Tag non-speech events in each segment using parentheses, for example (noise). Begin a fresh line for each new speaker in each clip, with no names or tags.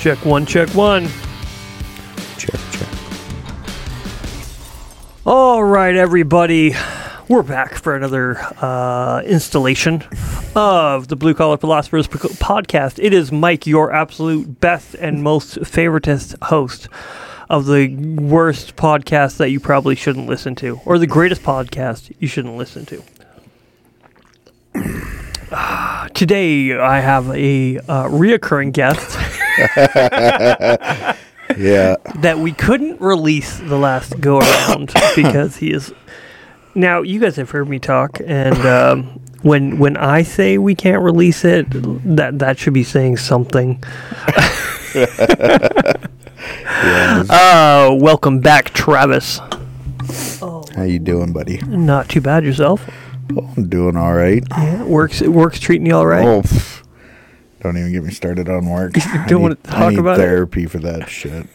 Check one, check one.
Check, check.
All right, everybody. We're back for another uh, installation of the Blue Collar Philosophers Pro- podcast. It is Mike, your absolute best and most favoritist host of the worst podcast that you probably shouldn't listen to, or the greatest podcast you shouldn't listen to. (sighs) Ah, Today, I have a uh, reoccurring guest
Yeah.
that we couldn't release the last go around because he is. Now you guys have heard me talk, and um, when when I say we can't release it, that that should be saying something. (laughs) Uh, welcome back, Travis.
How you doing, buddy?
Not too bad yourself.
Oh, I'm doing all right.
Yeah, works works treating you all right.
Oh, pff, don't even get me started
(laughs)
on work. I
Don't wanna
need- I
talk
need
about it?
therapy for
(laughs)
that shit.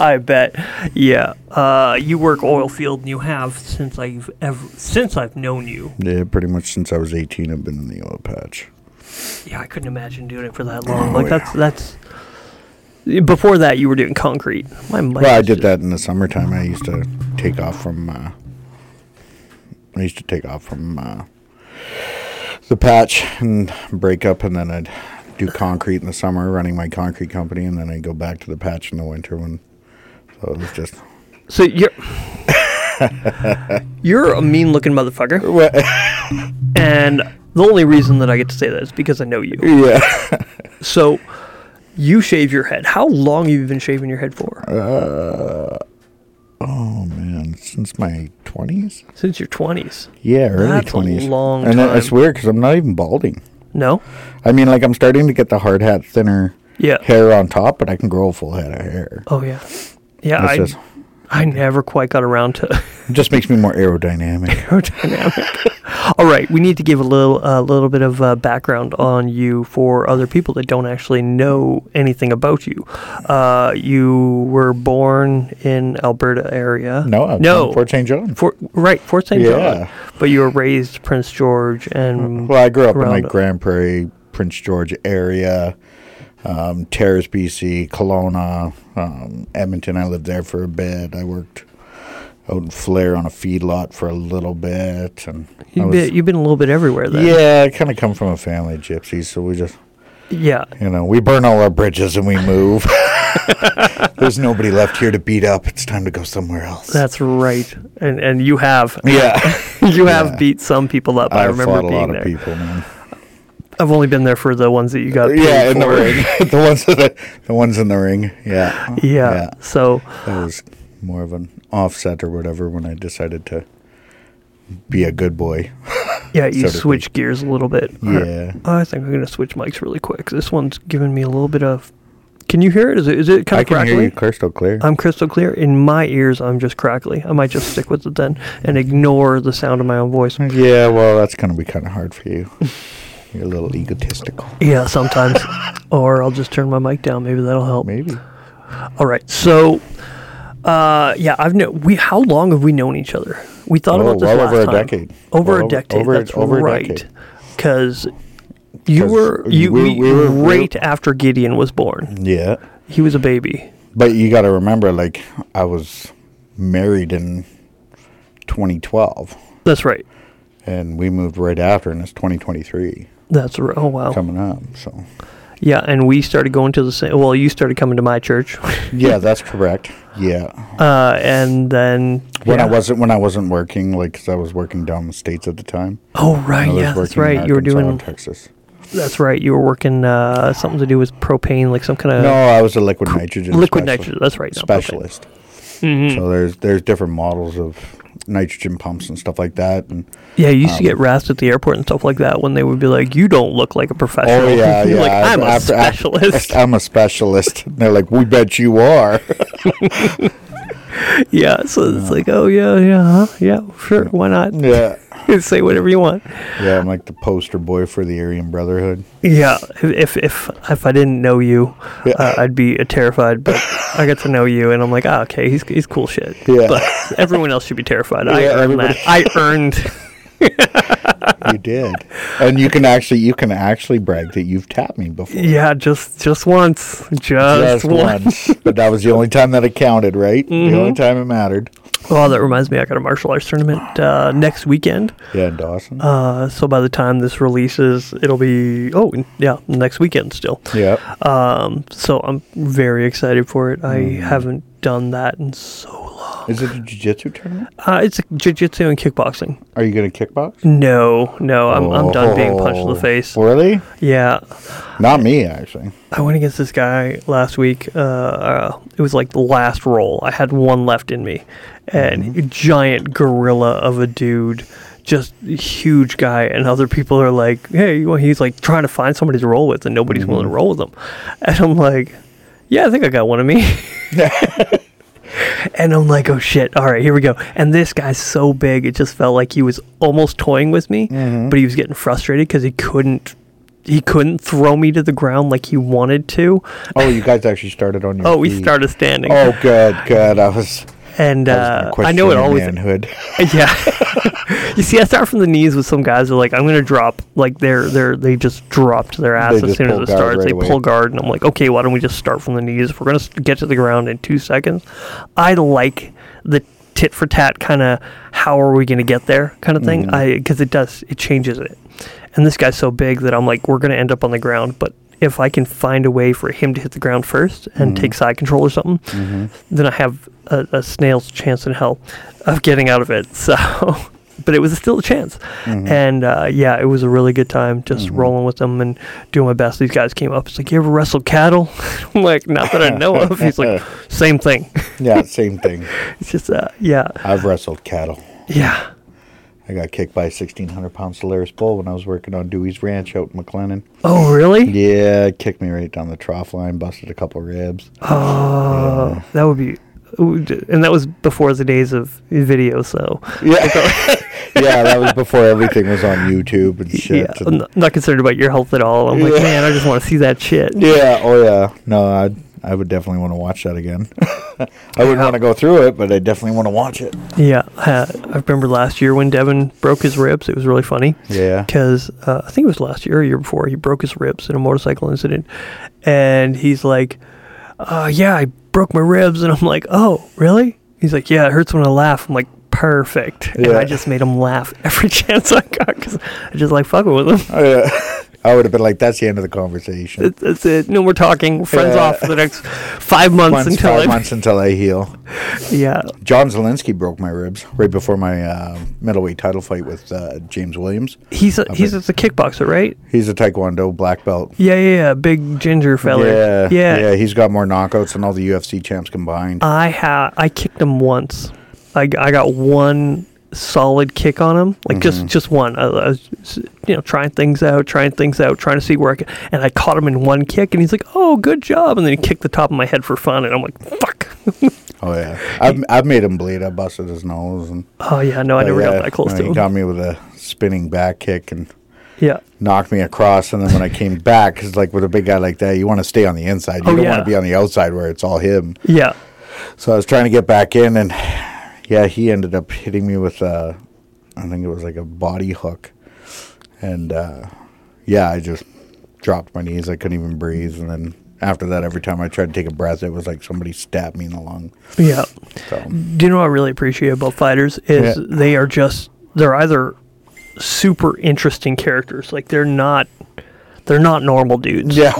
I bet. Yeah. Uh, you work oil field, and you have since I've ever, since I've known you.
yeah, pretty much since I was 18, I've been in the oil patch.
Yeah, I couldn't imagine doing it for that long. like
Oh, yeah.
that's that's. Before that, you were doing concrete. My mic
Well, I
is
did
just-
that in the summertime. I used to take off from. Uh, I used to take off from uh, the patch and break up, and then I'd do concrete in the summer, running my concrete company, and then I'd go back to the patch in the winter. When so it was just
So
(laughs)
you're you're a mean looking motherfucker,
well, (laughs)
and the only reason that I get to say that is because I know you.
yeah.
(laughs) So you shave your head. How long have you been shaving your head for?
Uh, Oh man, since my twenties.
Since your twenties?
Yeah, early
That's a
twenties.
long
And
time.
it's weird because I'm not even balding.
No.
I mean, like I'm starting to get the hard hat thinner
Yeah.
hair on top, but I can grow a full head of hair.
Oh yeah. Yeah.
It's
I
just
I never quite got around to.
it just makes me more aerodynamic.
aerodynamic. (laughs) All right, we need to give a little a little bit of uh, background on you for other people that don't actually know anything about you. Uh, you were born in Alberta area.
no,
(laughs)
I'm
no,
from Fort St. John.
Fort- right, Fort St.
Yeah.
John. But you were raised Prince George and
Well, I grew up in
around-
like Grand Prairie, Prince George area, um, Terrace, BC, Kelowna, um, Edmonton. I lived there for a bit. I worked out in Flair on a feedlot for a little bit, and I
you've,
was-
been, you've been a little bit everywhere. Then.
Yeah, I kind of come from a family of gypsies, so we just,
yeah.
you know, we burn all our bridges and we move. (laughs) There's nobody left here to beat up. It's time to go somewhere else.
That's right, and and you
(laughs)
have
yeah.
you have
Yeah.
beat some people up. I,
I've
remember
fought a
being
lot
there.
of people, man.
I've only been there for the ones that you got. paid
Uh, Yeah, in the
for.
ring. (laughs) the ones in the, the ones in the ring. Yeah.
Yeah. So
That was more of an offset or whatever when I decided to be a good boy.
yeah, you
so to speak.
switch gears a little bit.
Yeah.
I, I think I'm gonna switch mics really quick. This one's giving me a little bit of. Can you hear it? Is it is it kind
(laughs) I
of
can
crackly?
hear you crystal clear.
I'm crystal clear. In my ears, I'm just crackly. I might just stick with it then and ignore the sound of my own voice.
yeah, well, that's going to be kind of hard for you. You're a little egotistical.
Yeah, sometimes. (laughs) or I'll just turn my mic down. Maybe that'll help.
Maybe.
All right. So, uh, yeah, I've known. We how long have we known each other? We thought
Oh,
about this
well
last
over a
time.
decade.
Over
Well,
a
over-
decade.
over-
that's
over a
right.
decade.
Because you
'Cause
were you
we-
we
we were- we were-
right after Gideon was born.
Yeah.
He was a baby.
But you got to remember, like, I was married in 2012,
That's right.
and we moved right after, and it's 2023
That's right. Oh wow.
coming up. So,
Yeah, and we started going to the same. Well, you started coming to my church, (laughs)
yeah, that's correct. Yeah,
uh, and then
when I
yeah.
wasn't when I wasn't working, like, 'cause I was working down in the states at the time.
Oh right,
I was
yeah, that's
working in
right. You were
Arkansas
doing.
and Texas.
That's right. You were working uh, something to do with propane, like some kind of
No, I was a liquid nitrogen
liquid nitrogen. Oh,
specialist.
Mm-hmm. That's right. not propane.
specialist. So there's there's different models of nitrogen pumps and stuff like that, and
Yeah, you used to
Um,
get rasped at the airport and stuff like that when they would be like, "You don't look like a professional."
Oh
(laughs)
yeah,
You're
yeah.
like I'm a
After- after-
specialist.
(laughs)
(laughs)
I'm a specialist. (laughs) And they're like, we bet you are. (laughs)
yeah, so it's like, oh yeah, yeah, huh? yeah, sure, why not? (laughs)
yeah,
Say whatever you want.
yeah. I'm like the poster boy for the Aryan Brotherhood.
Yeah, if if if I didn't know you,
Yeah.
uh, I'd be uh, terrified.
(laughs)
But I got to know you, and I'm like, ah, okay, he's he's cool shit.
Yeah.
But everyone else should be terrified. I
Yeah,
earned (laughs)
everybody-
that. I earned.
you did, and you can actually you can actually brag that you've tapped me before.
Yeah, just just once, just, Mm-hmm.
Just
once.
once, but that was the only time that it counted, right? The only time it mattered.
Oh, that reminds me, I got a martial arts tournament uh, next weekend.
Yeah, Dawson.
Uh, so by the time this releases, it'll be oh yeah, next weekend still.
yeah,
Um, so I'm very excited for it. I haven't done that in so long.
is it a jiu-jitsu tournament?
Uh, it's jiu-jitsu and kickboxing.
Are you going to kickbox?
No, no, I'm, I'm done being punched in the
Oh,
face.
Really?
Yeah,
Not me, actually.
I went against this guy last week. Uh, uh, it was like the last roll. I had one left in me, and a giant gorilla of a dude, just huge guy. And other people are like, "Hey, you want-" he's like trying to find somebody to roll with, and nobody's willing to roll with him." And I'm like, "Yeah, I think I got one of me." (laughs) and I'm like, "Oh shit! All right, here we go." And this guy's so big, it just felt like he was almost toying with me, but he was getting frustrated because he couldn't. He couldn't throw me to the ground like he wanted to.
Oh, you guys actually started on your.
Oh, we
feet.
started standing,
Oh, good, good. I was.
and
I, was gonna
uh, I
question
know it
your
always.
Manhood.
(laughs) Yeah, (laughs) you see, I start from the knees with some guys who are like, "I'm gonna drop," like they're they're they just dropped their ass
They
as
just
soon as
pull
it
guard
starts.
right
they
away.
pull guard, and I'm like, "Okay, why don't we just start from the knees? If we're gonna s- get to the ground in two seconds." I like the tit for tat kind of how are we gonna get there kind of
Mm-hmm.
thing. I because it does it changes it, and this guy's so big that I'm like, we're gonna end up on the ground, but. If I can find a way for him to hit the ground first and
Mm-hmm.
take side control or something, then I have a, a snail's chance in hell of getting out of it. (laughs) So, but it was still a chance.
Mm-hmm.
And uh, yeah, it was a really good time just rolling with them and doing my best. These guys came up. It's like, you ever wrestle cattle? (laughs) I'm like, not that I know of. He's
(laughs)
like, same thing.
(laughs)
(laughs)
Yeah, same thing.
It's just, uh, yeah,
I've wrestled cattle.
yeah.
I got kicked by a 1,600 pound Solaris bull when I was working on Dewey's Ranch out in McLennan.
Oh, really?
Yeah, it kicked me right down the trough line, busted a couple ribs.
Oh, that would be. And that was before the days of video, so
Yeah, (laughs) yeah, that was before everything was on YouTube and shit.
yeah, I'm
and-
not- not concerned about your health at all. I'm like,
Yeah.
man, I just want to see that shit.
(laughs) yeah, oh yeah. No, I I would definitely want to watch that again. (laughs) I wouldn't want to go through it, but I definitely want to watch it.
Yeah, uh, I remember last year when Devin broke his ribs. It was really funny.
Yeah.
Because uh, I think it was last year or year before, he broke his ribs in a motorcycle incident. And he's like, uh, Yeah, I broke my ribs. And I'm like, Oh, really? He's like, Yeah, it hurts when I laugh. I'm like, Perfect. And I
Yeah.
just made him laugh (laughs) every chance I got because I just like fucking with him.
Oh, yeah. (laughs) I would have been like, that's the end of the conversation.
That's- That's it. No more talking. We're Friends
Yeah.
off for the next five months
Months,
until
five
I.
months until I heal.
(laughs) Yeah.
John Zelensky broke my ribs right before my uh, middleweight title fight with uh, James Williams.
He's a, he's a kickboxer, right?
He's a Taekwondo black belt.
Yeah, yeah, yeah. Big ginger fella.
Yeah,
Yeah. Uh,
yeah. He's got more knockouts than all the UFC champs combined.
I ha I kicked him once. I, g- I got one solid kick on him, like
Mm-hmm.
just just one. I, I was, s- you know, trying things out, trying things out, trying to see where I could. And I caught him in one kick, and he's like, "Oh, good job!" And then he kicked the top of my head for fun, and I'm like, "Fuck!" (laughs)
oh yeah, I've I've made him bleed. I busted his nose, and
oh yeah, no, I never
yeah,
got that close
no,
to
He
him.
got me with a spinning back kick and
yeah,
knocked me across. And then when I came back, because like with a big guy like that, you want to stay on the inside. You
Oh,
don't
yeah.
want to be on the outside where it's all him.
yeah,
So I was trying to get back in, and yeah, he ended up hitting me with a, I think it was like a body hook, and uh, yeah, I just dropped my knees. I couldn't even breathe, and then after that, every time I tried to take a breath, it was like somebody stabbed me in the lung.
yeah.
So
Do you know what I really appreciate about fighters is
Yeah.
they are just they're either super interesting characters, like they're not they're not normal dudes.
yeah,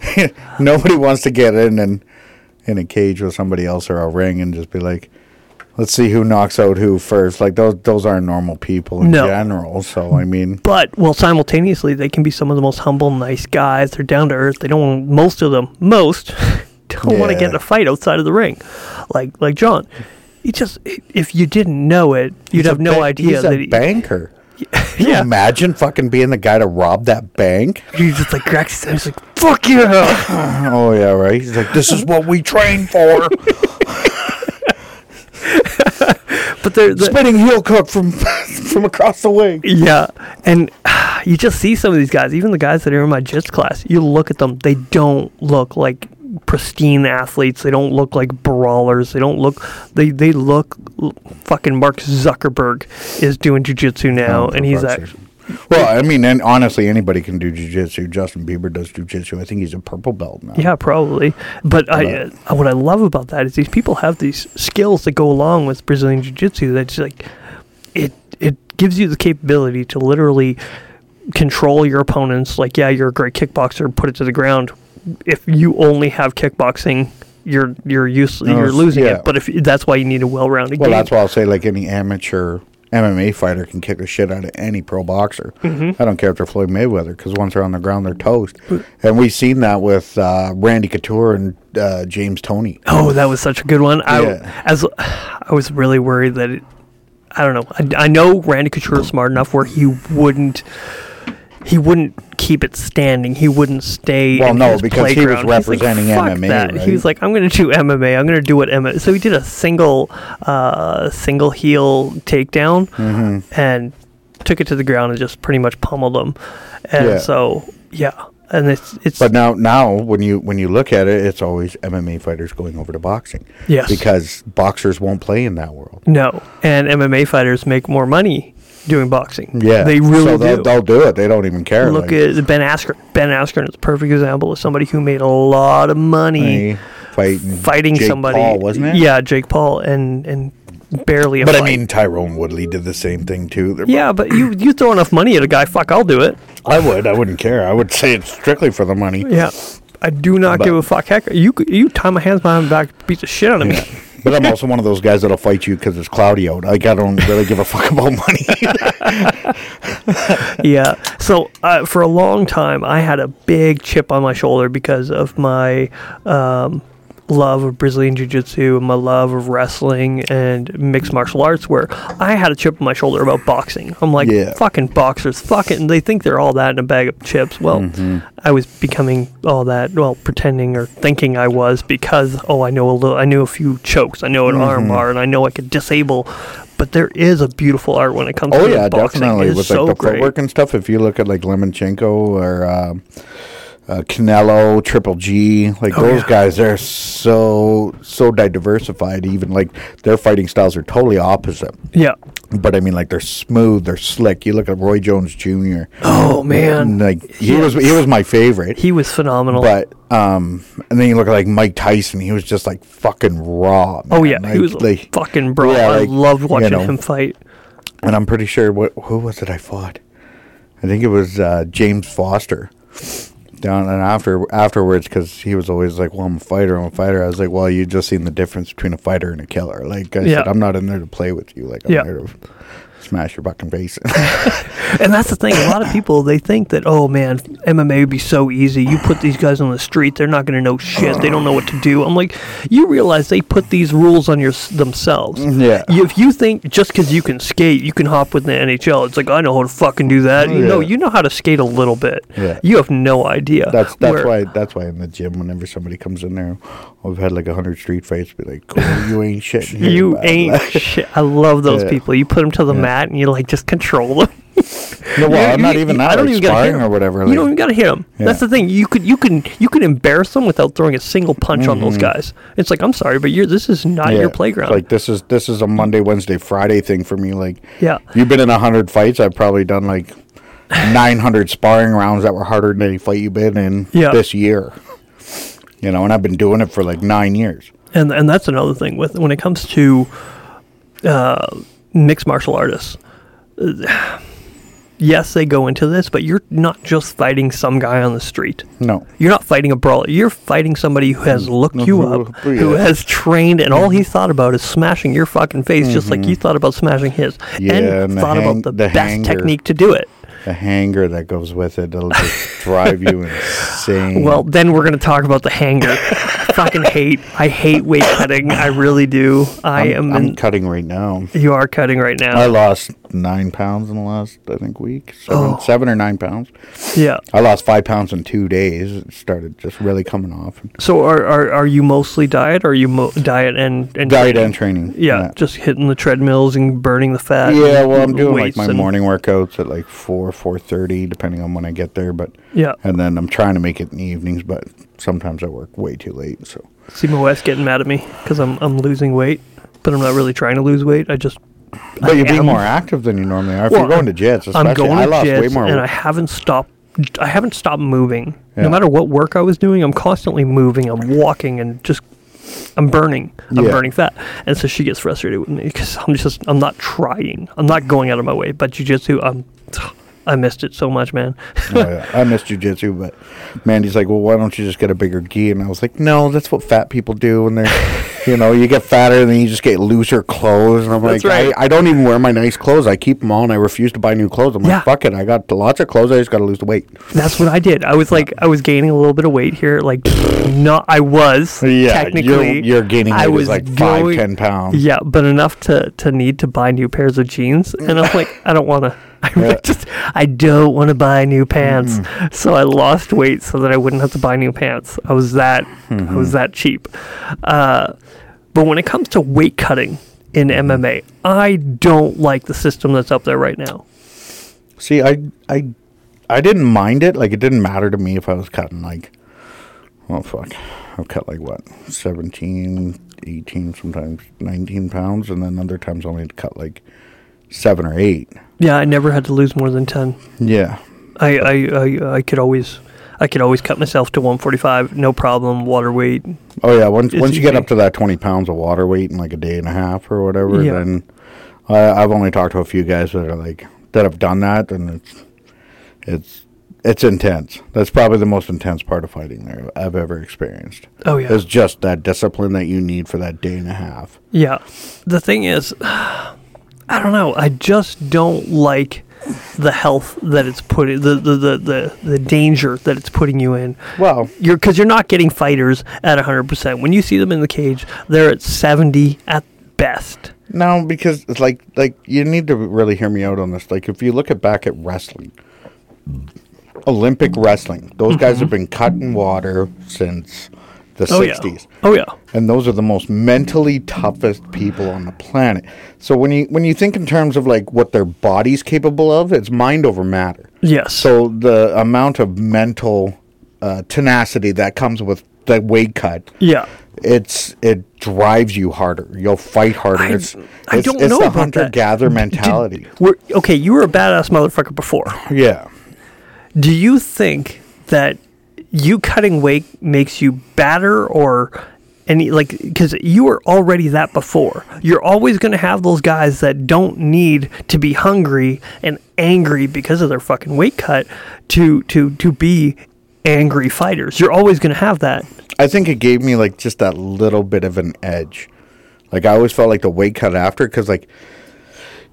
(laughs) nobody wants to get in and in a cage with somebody else or a ring and just be like. Let's see who knocks out who first. Like those, those aren't normal people in
No.
general. So I mean,
but well simultaneously they can be some of the most humble nice guys they're down to earth they don't want most of them most (laughs) don't want to
Yeah.
get in a fight outside of the ring like like john he just if you didn't know it you'd
He's
have
a
no
ba-
idea
he's a
that he,
banker. Can you
(laughs) yeah
imagine fucking being the guy to rob that bank?
he's just like cracks his head, he's like fuck you yeah
(laughs) Oh yeah, right. He's like, this is what we train for.
but they're, they're
(laughs) Spinning heel cook from (laughs) from across the way.
yeah and (sighs) you just see some of these guys even the guys that are in my jits class you look at them they don't look like pristine athletes they don't look like brawlers they don't look they they look fucking mark zuckerberg is doing jiu-jitsu now
Oh, for
and he's
fuck's
act-
sake. Well, I mean, and honestly, anybody can do jujitsu. Justin Bieber does jujitsu. I think he's a purple belt now.
Yeah, probably. But I, uh, what I love about that is these people have these skills that go along with Brazilian jiu-jitsu. That's like it. It gives you the capability to literally control your opponents. Like, yeah, you're a great kickboxer. Put it to the ground. If you only have kickboxing, you're you're useless.
No,
you're
it's-
losing
yeah.
it. But if that's why you need a well-rounded
Well,
game.
that's why I'll say like any amateur MMA fighter can kick the shit out of any pro boxer.
Mm-hmm.
I don't care if they're Floyd Mayweather because once they're on the ground, they're toast. And we've seen that with uh, Randy Couture and uh, James Tony.
Oh, that was such a good one. I
Yeah.
as I was really worried that it. I don't know. I, I know Randy Couture is smart enough where he wouldn't. He wouldn't keep it standing. He wouldn't stay.
Well,
in
no,
his
because he was
playground. He's like,
representing
"Fuck
MMA,
That.
right?
He was like, "I'm going to do MMA. I'm going to do what MMA." So he did a single, uh, single heel takedown
Mm-hmm.
and took it to the ground and just pretty much pummeled him. And
Yeah.
so, yeah, and it's it's
But now, now when you when you look at it, it's always MMA fighters going over to boxing.
Yes.
because boxers won't play in that world.
No, and MMA fighters make more money doing boxing.
Yeah,
they really
so they'll,
do.
They'll do it. They don't even care.
Look
like,
at Ben Askren. Ben Askren is a perfect example of somebody who made a lot of money
eh, fighting
fighting
Jake
somebody.
Paul, wasn't it?
Yeah, Jake Paul, and and barely a
But I
fight.
mean, Tyrone Woodley did the same thing too. They're
yeah, but you you throw enough money at a guy, fuck, I'll do it.
I would. I wouldn't care. I would say it's strictly for
(laughs)
the money.
Yeah. I do not
But-
give a fuck. Heck, you could- you tie my hands behind my back, beat the shit out of me.
But I'm also one of those guys that'll fight you because it's cloudy out. Like I don't really give a fuck about money.
(laughs) yeah. So uh, for a long time, I had a big chip on my shoulder because of my um, love of Brazilian Jiu-Jitsu and my love of wrestling and mixed martial arts. Where I had a chip on my shoulder about boxing. I'm like,
Yeah.
fucking boxers, fucking. They think they're all that in a bag of chips. Well,
Mm-hmm.
I was becoming all that. Well, pretending or thinking I was because oh, I know a little. I knew a few chokes. I know an
Mm-hmm.
arm bar, and I know I could disable. But there is a beautiful art when it comes
oh
to
yeah,
boxing.
definitely
It is
with
so
like the
great.
footwork and stuff. If you look at like Lemonchenko or um uh, Canelo, Triple G, like
Oh,
those guys, they're so so diversified. Even like their fighting styles are totally opposite.
Yeah.
But I mean, like they're smooth, they're slick. You look at Roy Jones Jr.
Oh man,
like he
Yeah.
was he was my favorite.
he was phenomenal.
But um, and then you look at like Mike Tyson. He was just like fucking raw.
oh
man.
yeah,
like,
he was
like-
a fucking bro.
yeah,
I
like,
loved
you
watching
know.
him fight.
And I'm pretty sure what who was it I fought? I think it was uh, James Foster. Down and after afterwards, because he was always like, "Well, I'm a fighter. I'm a fighter." I was like, "Well, you just seen the difference between a fighter and a killer." Like I
Yeah.
said, I'm not in there to play with you. Like I'm
Yeah.
there to smash your
(laughs)
fucking face.
And that's the thing. A lot of people they think that oh man, MMA would be so easy. You put these guys on the street, they're not going to know shit. They don't know what to do. I'm like, you realize they put these rules on your themselves.
(laughs) Yeah.
You- If you think just because you can skate, you can hop with the NHL, it's like I know how to fucking do that. You know,
Oh, Yeah.
you know how to skate a little bit.
Yeah.
You have no idea.
That's that's
Where-
why that's why in the gym whenever somebody comes in there, I've had like a hundred street fights. Be like, cool, you ain't
(laughs)
shit. here,
You
bud." (laughs)
ain't shit. I love those
Yeah.
people. You put them to the mat and you like just control them.
No, well,
You-
I'm
you-
not even
you-
that.
I don't
like
even gotta hit
sparring or
them.
whatever.
You
like-
don't even gotta hit them. That's the
Yeah.
thing. You could you can you can embarrass them without throwing a single punch on those guys. It's like I'm sorry, but you're this is not
Mm-hmm. Yeah.
your playground.
Like this is this is a Monday, Wednesday, Friday thing for me. Like,
Yeah.
you've been in a hundred fights. I've probably done
(laughs)
like nine hundred sparring rounds that were harder than any fight you've been in
Yeah.
this year. You know, and I've been doing it for like nine years.
and and that's another thing with when it comes to uh, mixed martial artists. (sighs) uh, Yes, they go into this, but you're not just fighting some guy on the street.
No,
You're not fighting a brawler. You're fighting somebody who
Mm.
has looked you up,
Yeah.
who has trained, and all he
Mm-hmm.
thought about is smashing your fucking face, just like you thought about smashing his,
Yeah, and
and
the
thought
hang-
about the,
the
best
hanger.
technique to do it.
the hanger that goes with it, it'll
(laughs)
just drive you insane.
Well, then we're gonna talk about the hanger.
(laughs)
I fucking hate. I hate weight cutting. I really do. I am.
I'm, I'm Uh,
in,
cutting right now.
you are cutting right now.
I lost nine pounds in the last, I think, week. Seven,
Oh.
seven or nine pounds.
yeah.
I lost five pounds in two days. It started just really coming off.
So are, are are you mostly diet? Or are you mo- diet and and
Diet and training.
Yeah, just hitting the treadmills and burning the fat.
Yeah,
and
well, I'm doing like
weights
my
and-
morning workouts at like four, four thirty, depending on when I get there. But
Yeah.
and then I'm trying to make it in the evenings, but sometimes I work way too late. So
See my wife's getting mad at me because I'm I'm losing weight, but I'm not really trying to lose weight. I just
But you're being
am-
more active than you normally are. If
Well,
you're going to jits, especially,
I'm going
I
to
lost way
jits,
more.
and I haven't stopped. I haven't stopped moving.
Yeah.
No matter what work I was doing, I'm constantly moving. I'm walking and just. I'm burning. I'm
Yeah.
burning fat, and so she gets frustrated with me because I'm just. I'm not trying. I'm not going out of my way. But jujitsu, I'm. I missed it so much, man.
(laughs)
(laughs)
oh, yeah. I miss jujitsu, but Mandy's like, well, why don't you just get a bigger gi? And I was like, no, that's what fat people do
(laughs)
when they're, you know, you get fatter and then you just get looser clothes. And I'm
That's
like,
right.
I, I don't even wear my nice clothes. I keep them all and I refuse to buy new clothes. I'm
Yeah.
like, fuck it. I got lots of clothes. I just got to lose the weight.
That's what I did. I was like, I was gaining a little bit of weight here. Like, not. I was. technically.
You're, you're gaining
I
weight
was
is like five,
going-
ten pounds.
Yeah, but enough to to need to buy new pairs of jeans, and I'm like, I don't want (laughs) to. I really
Yeah.
just, I don't want to buy new pants. So I lost weight so that I wouldn't have to buy new pants. I was that, I was that cheap. Uh, but when it comes to weight cutting in MMA, I don't like the system that's up there right now.
See, I, I, I didn't mind it. Like, it didn't matter to me if I was cutting like, oh fuck, I've cut like what, 17, 18, sometimes 19 pounds, and then other times I only had to cut like seven or eight.
Yeah, I never had to lose more than ten.
Yeah,
I I I, I could always. I could always cut myself to 145, no problem. Water weight,
Oh yeah, once
It's
once you get
easy.
up to that twenty pounds of water weight in like a day and a half or whatever,
Yeah.
then I, I've only talked to a few guys that are like that have done that, and it's it's it's intense. That's probably the most intense part of fighting there I've ever experienced.
Oh, yeah.
it's just that discipline that you need for that day and a half.
Yeah. The thing is, (sighs) I don't know. I just don't like the health that it's putting the the, the, the the danger that it's putting you in.
Well,
You're because you're not getting fighters at 100%. When you see them in the cage, they're at 70 at best.
No, because it's like like you need to really hear me out on this. Like if you look at back at wrestling, Olympic wrestling, those guys have been cutting water since the
yeah.
sixties.
Mm-hmm. Oh yeah.
And those are the most mentally toughest people on the planet. So when you when you think in terms of like what their body's capable of, it's mind over matter.
Yes.
So the amount of mental uh, tenacity that comes with the weight cut
yeah.
it's it drives you harder. You'll fight harder.
I-
it's
I
it's,
don't
it's
know
the
about that.
hunter gatherer mentality.
We're, okay, you were a badass motherfucker before.
yeah.
Do you think that you cutting weight makes you badder or any like because you were already that before? You're always going to have those guys that don't need to be hungry and angry because of their fucking weight cut to to to be angry fighters. You're always going to have that.
I think it gave me like just that little bit of an edge. Like I always felt like the weight cut after because like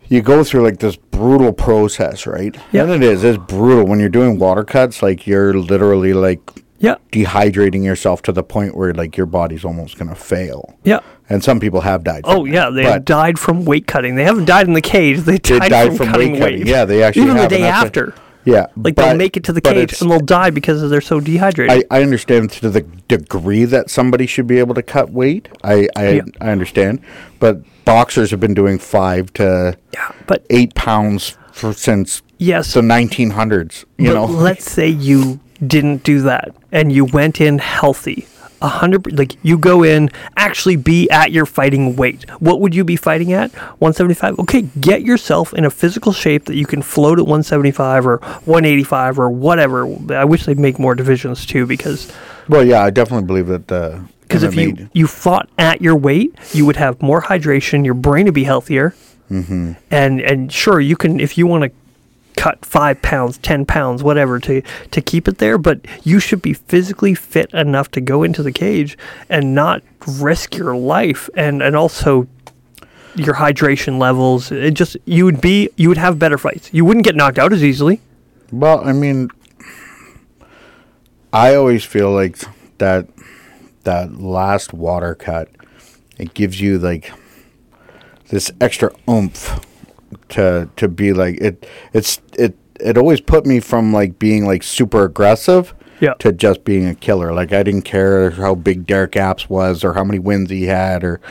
you go through like this brutal process, right?
Yeah.
And it is. It's brutal when you're doing water cuts. Like you're literally like
Yeah.
dehydrating yourself to the point where like your body's almost gonna fail.
Yeah.
And some people have died. from
Oh
that,
yeah, they
but-
died from weight cutting. They haven't died in the cage. They died, from, cutting weight.
Yeah, they actually
even the
have, and
day
that's a-
after.
yeah,
Like
but-
they'll make it to the
but
cage
it's-
and they'll die because they're so dehydrated.
I, I understand to the degree that somebody should be able to cut weight. I I,
Yeah.
I understand, but boxers have been doing five to
yeah, but
eight pounds for since
Yes.
the 1900s. You
but
know,
let's say you didn't do that and you went in healthy. A hundred, per- like you go in, actually be at your fighting weight. What would you be fighting at? 175? Okay, get yourself in a physical shape that you can float at 175 or 185 or whatever. I wish they'd make more divisions too because
well, yeah, I definitely believe that uh, the
because if you, you fought at your weight, you would have more hydration. Your brain would be healthier. Mm-hmm. And and sure, you can if you want to cut five pounds, ten pounds, whatever to to keep it there. But you should be physically fit enough to go into the cage and not risk your life and and also your hydration levels. It just you would be you would have better fights. You wouldn't get knocked out as easily.
Well, I mean, I always feel like that that last water cut it gives you like this extra oomph to to be like it it's it it always put me from like being like super aggressive
Yeah.
to just being a killer like i didn't care how big derek apps was or how many wins he had or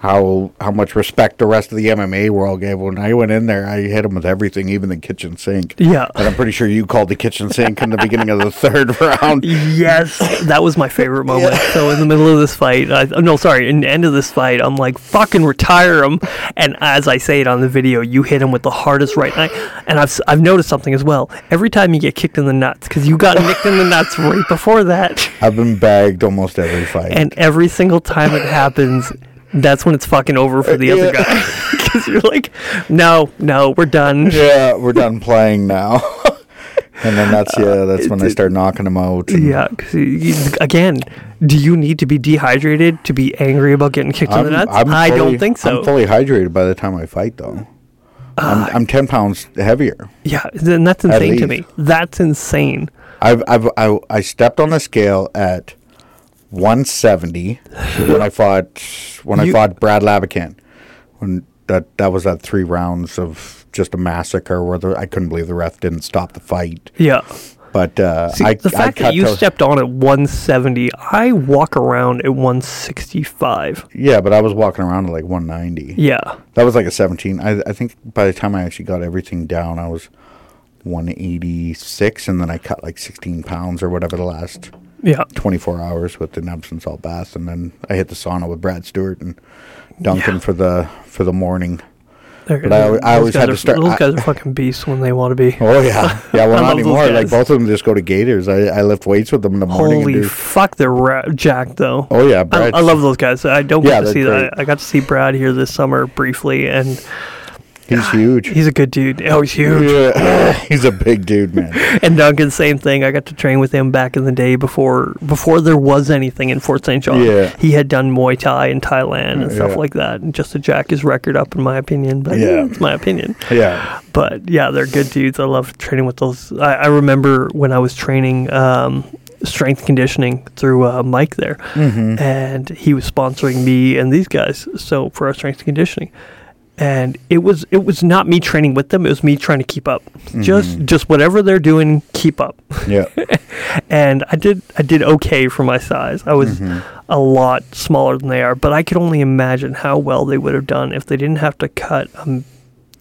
how how much respect the rest of the MMA world gave. When I went in there, I hit them with everything, even the kitchen sink.
Yeah.
And I'm pretty sure you called the kitchen sink in the beginning of the third (laughs) round.
Yes, that was my favorite moment. So in the middle of this fight, I, no, sorry, in the end of this fight, I'm like, fucking retire him. And as I say it on the video, you hit him with the hardest right. And, I, and I've, s- I've noticed something as well. Every time you get kicked in the nuts, because you got nicked in the nuts right before that,
I've been bagged almost every fight.
and every single time it happens, that's when it's fucking over for the other
Yeah.
guy. (laughs) Because you're like, no, no, we're done.
yeah, we're done playing now. (laughs) and then that's yeah, that's when I start knocking them out. and
Yeah, 'cause y- y- again, do you need to be dehydrated to be angry about getting kicked in the nuts? I
fully-
don't think so. Uh,
I'm fully hydrated by the time I fight, though. I'm, I'm ten pounds heavier.
yeah, then that's insane to me.
least.
That's insane.
I've, I've I, I stepped on the scale at 170 when I fought when I
You-
fought Brad Labakan. When that that was that three rounds of just a massacre where the, I couldn't believe the ref didn't stop the fight.
Yeah.
But uh,
See,
I,
the
I
fact
cut
that you
to-
stepped on at 170, I walk around at 165.
yeah, but I was walking around at like 190.
Yeah.
That was like a 17. I, I think by the time I actually got everything down, I was 186, and then I cut like 16 pounds or whatever the last
Yeah.
24 hours with an Epsom salt bath, and then I hit the sauna with Brad Stewart and Duncan for the for the morning.
They're-
But I alwa- I
those
always
guys
had to
are-
start-
Those
I- (laughs)
guys are fucking beasts when they want to be.
Oh yeah, (laughs) yeah. Well,
(laughs) I love
not
those
anymore. Like
guys.
both of them just go to Gators. I, I lift weights with them in the morning.
Holy
and do,
fuck, they're ra- jacked though.
oh yeah,
I,
Brad.
I love those guys. I don't
Yeah,
get to
they're
see
great.
that. I got to see Brad here this summer briefly, and
He's huge.
he's a good dude. Oh, he's huge.
yeah, (laughs) he's a big
(laughs)
dude, man.
And Duncan, same thing. I got to train with him back in the day before before there was anything in Fort St. John.
Yeah.
He had done Muay Thai in Thailand and stuff
Yeah.
like that, and just to jack his record up, in my opinion. But
Yeah.
yeah, it's my opinion.
Yeah,
But yeah, they're good dudes. I love training with those. I, I remember when I was training um, strength conditioning through uh, Mike there, and he was sponsoring me and these guys. So for our strength conditioning, and it was it was not me training with them. It was me trying to keep up. Just just whatever they're doing, keep up.
yeah.
And I did I did okay for my size. I was
Mm-hmm.
a lot smaller than they are, but I could only imagine how well they would have done if they didn't have to cut um,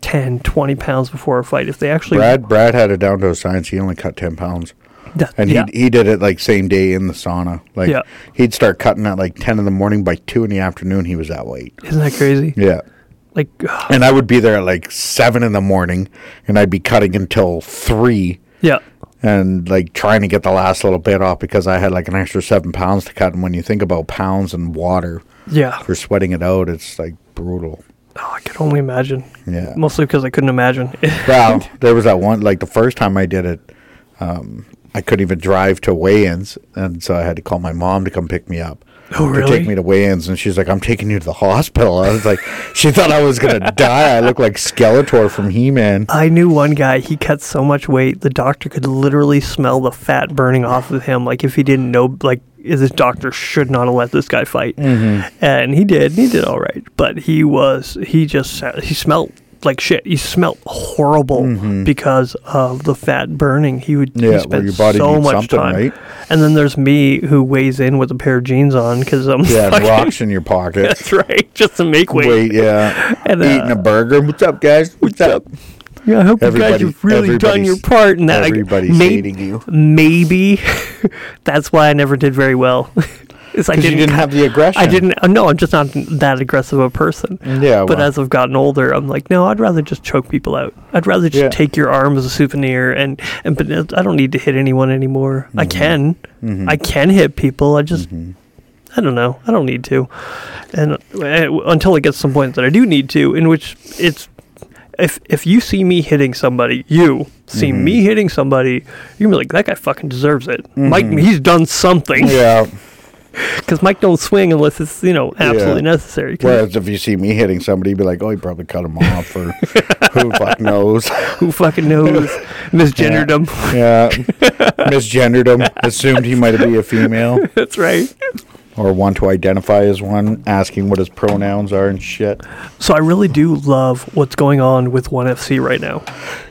10, 20 pounds before a fight. If they actually
Brad Brad had it down to a science. He only cut ten pounds.
That-
And
yeah.
he he did it like same day in the sauna. Like
Yeah.
he'd start cutting at like ten in the morning. By two in the afternoon, he was that weight.
Isn't that crazy?
Yeah,
Like,
and I would be there at like seven in the morning, and I'd be cutting until three,
yeah,
and like trying to get the last little bit off because I had like an extra seven pounds to cut. And when you think about pounds and water
yeah.
for sweating it out, it's like brutal.
Oh, I could only imagine.
Yeah.
Mostly because I couldn't imagine. (laughs)
Well, there was that one. Like the first time I did it, um, I couldn't even drive to weigh-ins, and so I had to call my mom to come pick me up.
Oh,
To
really?
take me to weigh-ins, and she's like, "I'm taking you to the hospital." I was like, she thought I was gonna (laughs) die. I look like Skeletor from He-Man.
I knew one guy, he cut so much weight, the doctor could literally smell the fat burning off of him. Like, if he didn't know, like, this doctor should not have let this guy fight.
Mm-hmm.
And he did, and he did all right. But he was, he just, sa- he smelled like shit. He smelled horrible because of the fat burning. He would,
Mm-hmm. Yeah,
he
well,
spent
your body
so
needs
much
something,
time.
right?
And then there's me who weighs in with a pair of jeans on because I'm
Yeah, and
fucking-
rocks in your
(laughs)
pocket.
That's right, just to make weight.
Wait, yeah,
And, uh,
eating a burger. What's up, guys? What's up?
Yeah, I hope you guys
Everybody-
have really done your
everybody's-
part in that. Like,
everybody's
may-
hating you.
Maybe (laughs) that's why I never did very well. (laughs) Is I
Because you didn't have the aggression.
I didn't. uh, No, I'm just not that aggressive a person.
Yeah,
But
well.
as I've gotten older, I'm like, no, I'd rather just choke people out. I'd rather just
Yeah.
take your arm as a souvenir, and and but I don't need to hit anyone anymore. I
Mm-hmm.
can, I can hit people. I just, I don't know. I don't need to, and uh, until it gets to some point that I do need to, in which it's. If, if you see me hitting somebody, you see
Mm-hmm.
me hitting somebody, you're gonna be like, that guy fucking deserves it. Mike, he's done something
(laughs) Mm-hmm. Yeah.
because Mike don't swing unless it's you know absolutely
Yeah.
necessary. 'Cause
Whereas if you see me hitting somebody, you'd be like, "Oh, you probably cut him
(laughs)
off," or who the fuck knows.
Who fucking
(laughs)
knows? Misgendered him.
Yeah. Misgendered him, assumed he might be a female
(laughs) That's right.
or want to identify as one, asking what his pronouns are and shit.
So I really do love what's going on with ONE FC right now.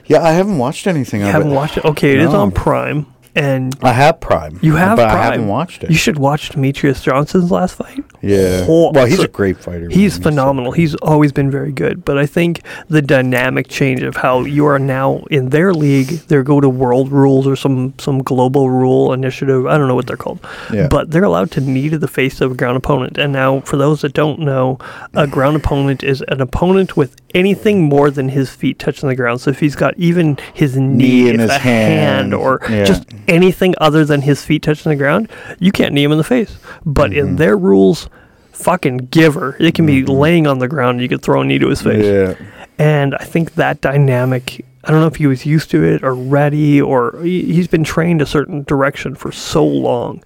Yeah, I haven't watched anything
I
of
haven't
it.
watched it. Okay, it is
No.
on Prime. and
I have Prime.
you have.
but
Prime.
I haven't watched it.
You should watch Demetrius Johnson's last fight.
yeah.
Oh,
well, he's
so-
a great fighter.
He's
man.
phenomenal. He's always been very good, but I think the dynamic change of how you are now in their league, they go to world rules or some some global rule initiative. I don't know what they're called,
Yeah.
but they're allowed to knee to the face of a ground opponent. And now, for those that don't know,
(sighs)
a ground opponent is an opponent with anything more than his feet touching the ground. So if he's got even his knee,
in
if
his
a
hand,
hand, or
yeah.
just anything other than his feet touching the ground, you can't knee him in the face. But in their rules, fucking giver, it can be laying on the ground. You could throw a knee to his face,
Yeah.
and I think that dynamic. I don't know if he was used to it or ready, or he- he's been trained a certain direction for so long.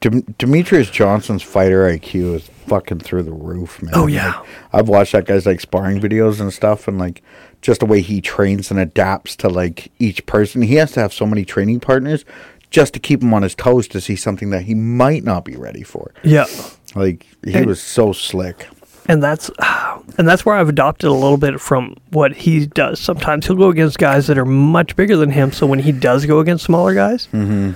Dem- Demetrius Johnson's fighter IQ is fucking through the roof, man.
Oh, yeah.
Like, I've watched that guy's like sparring videos and stuff, and like just the way he trains and adapts to like each person. He has to have so many training partners just to keep him on his toes to see something that he might not be ready for.
Yeah,
Like he
And-
was so slick.
and that's (sighs) and that's where I've adopted a little bit from what he does. Sometimes he'll go against guys that are much bigger than him. So when he does go against smaller guys,
Mm-hmm.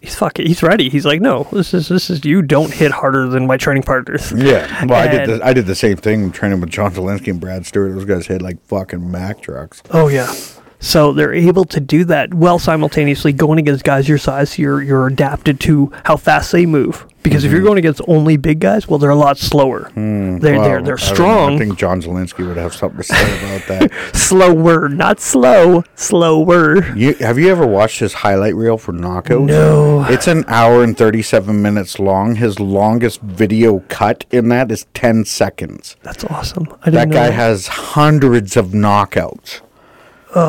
he's fucking he's ready. He's like, no, this is this is you don't hit harder than my training partners.
Yeah. Well, I did.
And-
The, I did the same thing training with John Zelensky and Brad Stewart. Those guys hit like fucking Mack trucks.
Oh yeah. So they're able to do that while simultaneously going against guys your size. You're you're adapted to how fast they move. Because if you're
Mm-hmm.
going against only big guys, well, they're a lot slower. They're,
Hmm. Wow.
they're
I
they're
don't know. I
strong.
think John Zelensky would have something to say about
(laughs)
that.
Slower, not slow. Slower.
You have you ever watched his highlight reel for knockouts?
No.
It's an hour and thirty-seven minutes long. His longest video cut in that is ten seconds.
That's awesome. I didn't
That
know
guy has hundreds of knockouts.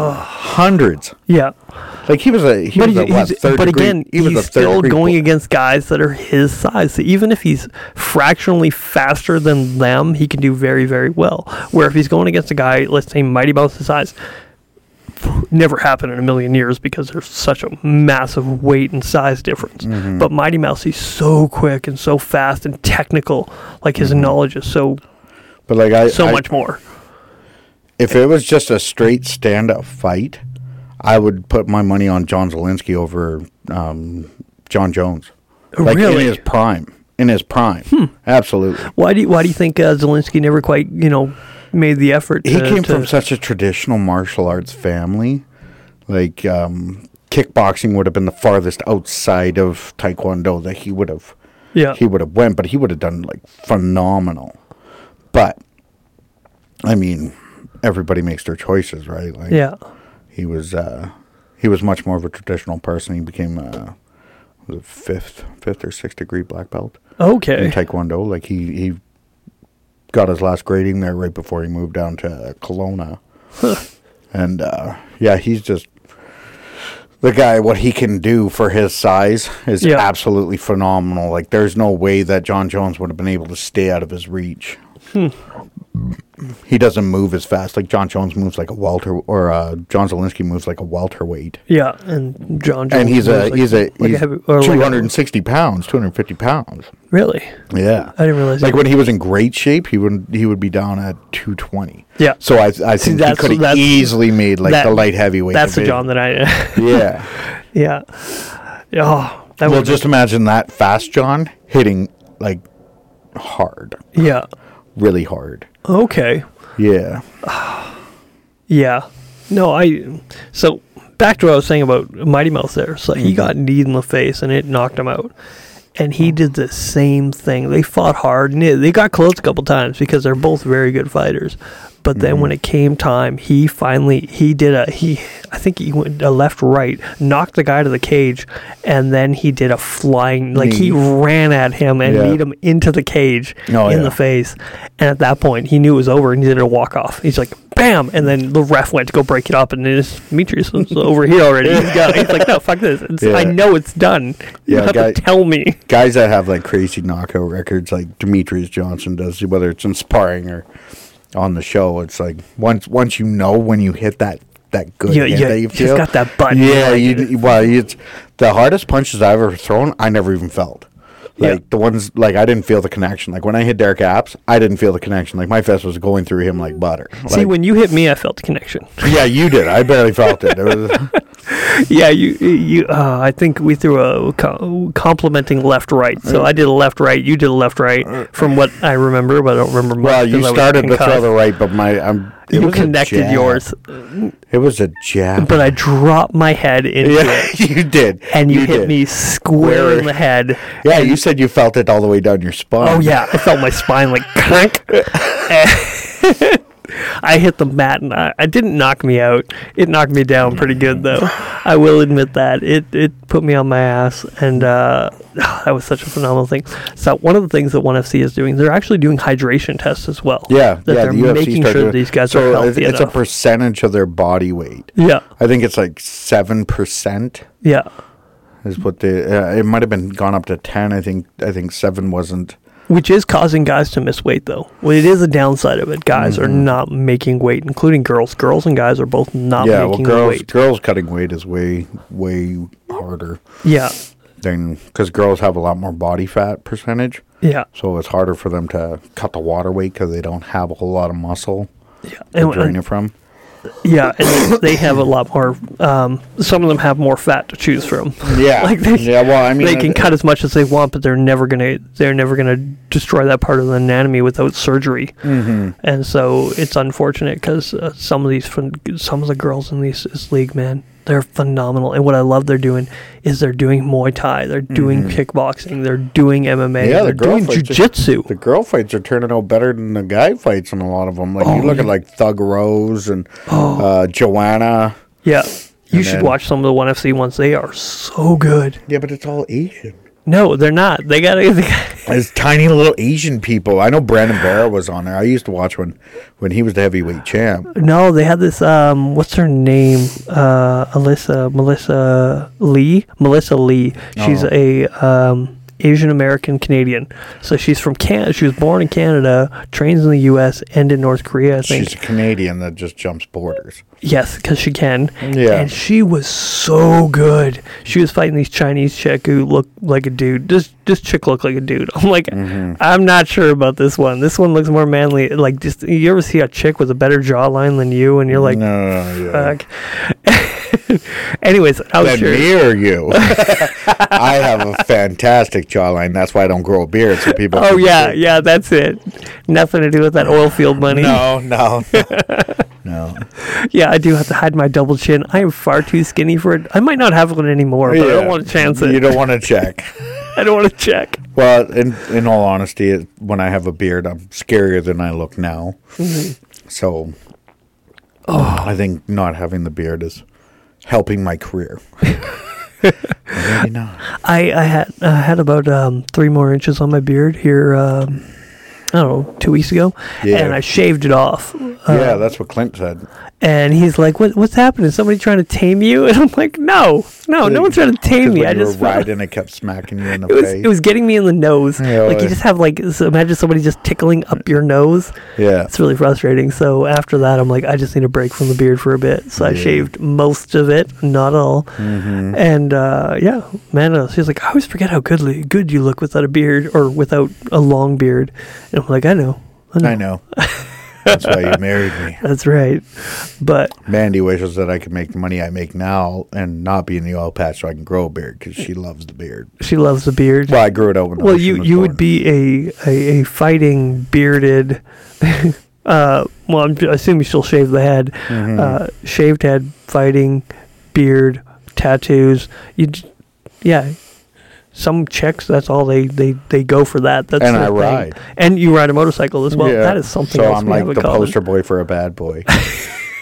hundreds.
Yeah,
Like he was a he
but,
was a
he's-
what,
he's-
third
but
degree-
again,
he was a
he's
third
still
degree
going
bl-
against guys that are his size. So even if he's fractionally faster than them, he can do very, very well. Where if he's going against a guy, let's say Mighty Mouse's size, never happened in a million years because there's such a massive weight and size difference.
Mm-hmm.
But Mighty Mouse, he's so quick and so fast and technical. Like his knowledge is so
But like Mm-hmm. I,
so
I-
much more.
If it was just a straight stand-up fight, I would put my money on John Zelensky over um, John Jones. Like
Oh, Really? Hmm.
in his prime. In his prime. Absolutely.
Why do you, why do you think uh, Zelensky never quite you know made the effort?
he
to-
came
to-
from such a traditional martial arts family like um, kickboxing would have been the farthest outside of taekwondo that he would have
yeah.
he would have went but he would have done like phenomenal but i mean everybody makes their choices right like
yeah.
he was uh, he was much more of a traditional person he became uh, the fifth fifth or sixth degree black belt in
Okay.
taekwondo. Like he he got his last grading there right before he moved down to Kelowna, and uh, yeah, he's just the guy. What he can do for his size is
Yeah.
absolutely phenomenal. Like there's no way that John Jones would have been able to stay out of his reach.
Hmm.
He doesn't move as fast. Like John Jones moves like a welter, or uh, John Zelensky moves like a welterweight.
Yeah, and John.
And
Jones
he's
was
a
like-
he's a
like
he's
heavy- or like a-
260 pounds, 250 pounds.
really?
Yeah,
I didn't realize
Like
that.
when he was in great shape, he would he would be down at two twenty.
Yeah.
So I I think he
that's-
could have
that's-
easily made like
that-
the light heavyweight.
That's the John
division.
that I. (laughs)
Yeah.
yeah. Oh, that
well,
was
just imagine that fast John hitting like hard,
yeah.
really hard.
Okay.
Yeah.
Yeah. No, I. So back to what I was saying about Mighty Mouse. There, so he
Mm-hmm.
got kneed in the face and it knocked him out. And he did the same thing. They fought hard and it, they got close a couple times because they're both very good fighters. But
Mm-hmm.
then when it came time, he finally he did a he. I think he went a left right, knocked the guy to the cage, and then he did a flying like he
Knee.
ran at him and
Yeah.
kneed him into the cage
Oh,
in
yeah.
the face. And at that point, he knew it was over and he did a walk off. He's like, bam! And then the ref went to go break it up, and it's Demetrius was (laughs) over here already. He's, got, he's like, no, fuck this. It's, I
Yeah.
know it's done. You
Yeah,
don't have
guy-
to tell me.
Guys that have like crazy knockout records, like Demetrius Johnson does, whether it's in sparring or on the show, it's like once once you know when you hit that that good
Yeah,
hit
yeah,
that you
just
feel,
got that button,
Yeah,
like-
you, well, it's the hardest punches I've ever thrown. I never even felt
Yeah.
like the ones like I didn't feel the connection. Like when I hit Derek Apps, I didn't feel the connection. Like my fist was going through him like butter.
See,
Like, (laughs)
when you hit me, I felt the connection. (laughs)
yeah, you did. I barely felt it. It was-
yeah, you you. Uh, I think we threw a co- complimenting left right. So I did a left right. You did a left right. From what I remember, but I don't remember much.
Uh. Well,
'cause
you
I was
started to
concussed.
throw the right, but my I'm it
You
was a
connected
jab.
yours,
It was a jab.
but I dropped my head into
yeah,
it,
(laughs) you did.
and you, hit
did.
me square
Where-
in the head.
Yeah, you said you felt it all the way down your spine.
Oh yeah, I felt my spine like
(laughs)
clunk. And I hit the mat, and I, it didn't knock me out. It knocked me down pretty good, though. I will admit that it it put me on my ass, and uh, (sighs) that was such a phenomenal thing. So one of the things that ONE FC is doing, they're actually doing hydration tests as well.
Yeah,
that
yeah.
they're
the UFC
making
started
sure that
doing-
these guys
so
are
I
healthy
think It's
enough.
a percentage of their body weight.
yeah,
I think it's like seven percent
yeah.
is what they. Uh, it might have been gone up to ten. I think. I think seven wasn't.
Which is causing guys to miss weight, though. Well, it is a downside of it. Guys are
Mm-hmm.
not making weight, including girls. Girls and guys are both not
yeah, well,
making
girls
weight.
girls cutting weight is way way harder
Yeah,
than because girls have a lot more body fat percentage,
yeah.
so it's harder for them to cut the water weight because they don't have a whole lot of muscle
Yeah,
to
and,
drain
and-
it from.
yeah, and they have a lot more. Um, some of them have more fat to choose from. (laughs)
Yeah,
like they,
yeah. Well, I mean,
they can
uh,
cut as much as they want, but they're never gonna they're never gonna destroy that part of the anatomy without surgery. Mm-hmm. And so it's unfortunate because uh, some of these phen- some of the girls in these, this league, man, they're phenomenal. And what I love they're doing is they're doing Muay Thai, they're doing kickboxing, they're doing MMA,
Mm-hmm. Yeah, the
they're doing
girls are just-
jujitsu.
the girl fights are turning out better than the guy fights in a lot of them. Like
Oh,
you look at like Thug Rose and uh, Joanna.
Yeah. You
And
should
then-
watch some of the ONE FC ones. They are so good.
Yeah, but it's all Asian.
No, they're not. (laughs) They got to
It's tiny little Asian people. I know Brandon Vera was on there. I used to watch when when he was the heavyweight champ.
No, they had this um what's her name? Uh Alyssa Melissa Lee. Melissa Lee. She's
Oh.
a um Asian American Canadian. So she's from Canada. She was born in Canada, trains in the US and in North Korea, I think.
She's a Canadian that just jumps borders.
Yes, because she can.
Yeah.
And she was so good. She was fighting these Chinese chick who looked like a dude. This this chick looked like a dude. (laughs) I'm like,
Mm-hmm.
I'm not sure about this one. This one looks more manly. Like, just you ever see a chick with a better jawline than you, and you're like, uh,
no, no, no, yeah.
fuck. (laughs) Anyways, I was
Then
curious.
Mm-hmm. me or
(laughs)
you? I have a fantastic jawline. That's why I don't grow a beard. So people.
Oh
can
yeah,
see.
yeah, that's it. Nothing to do with that oil field money. (laughs)
No, no, no.
Yeah, I do have to hide my double chin. I am far too skinny for it. I might not have one anymore, but I don't
Yeah.
want to chance it.
You don't want to check.
I don't want to check.
Well, in in all honesty, it, when I have a beard, I'm scarier than I look now.
Mm-hmm.
So, I think not having the beard is helping my
(laughs)
career. Maybe not.
I, I had I had about um, three more inches on my beard here. Um, I don't know, two weeks ago,
Yeah.
and I shaved it off.
yeah, that's what Clint said.
And he's like, "What what's happening? Is somebody trying to tame you?" (laughs) And I'm like, "No, no, no one's trying to tame me.
When
I
you
just
were
felt,
riding, it kept smacking you in the
(laughs) it was
face.
it was getting me in the nose.
Yeah,
like you
well,
just have like so imagine somebody just tickling up your nose.
yeah,
It's really frustrating. So after that, I'm like, I just need a break from the beard for a bit. So I
Yeah.
shaved most of it, not all. And uh, yeah, man, uh, she's like, I always forget how goodly good you look without a beard or without a long beard. And I'm like, I know, I know. (laughs)
I know. That's why you married me.
That's right. But
Mandy wishes that I could make the money I make now and not be in the oil patch so I can grow a beard because she loves the beard.
she loves the beard.
Well, I grew it out when
Well,
Ocean
you
was
you
born.
would be a a, a fighting bearded. (laughs) uh, well, I'm, I assume you still shave the head,
Mm-hmm.
uh, shaved head, fighting beard, tattoos. You, j- yeah. Some chicks, that's all they they they go for that. That's
And
their
I
thing.
ride.
and you ride a motorcycle as well.
Yeah.
That is something
So
else
I'm
we
like
have in
the
common.
poster boy for a
(laughs)
bad boy,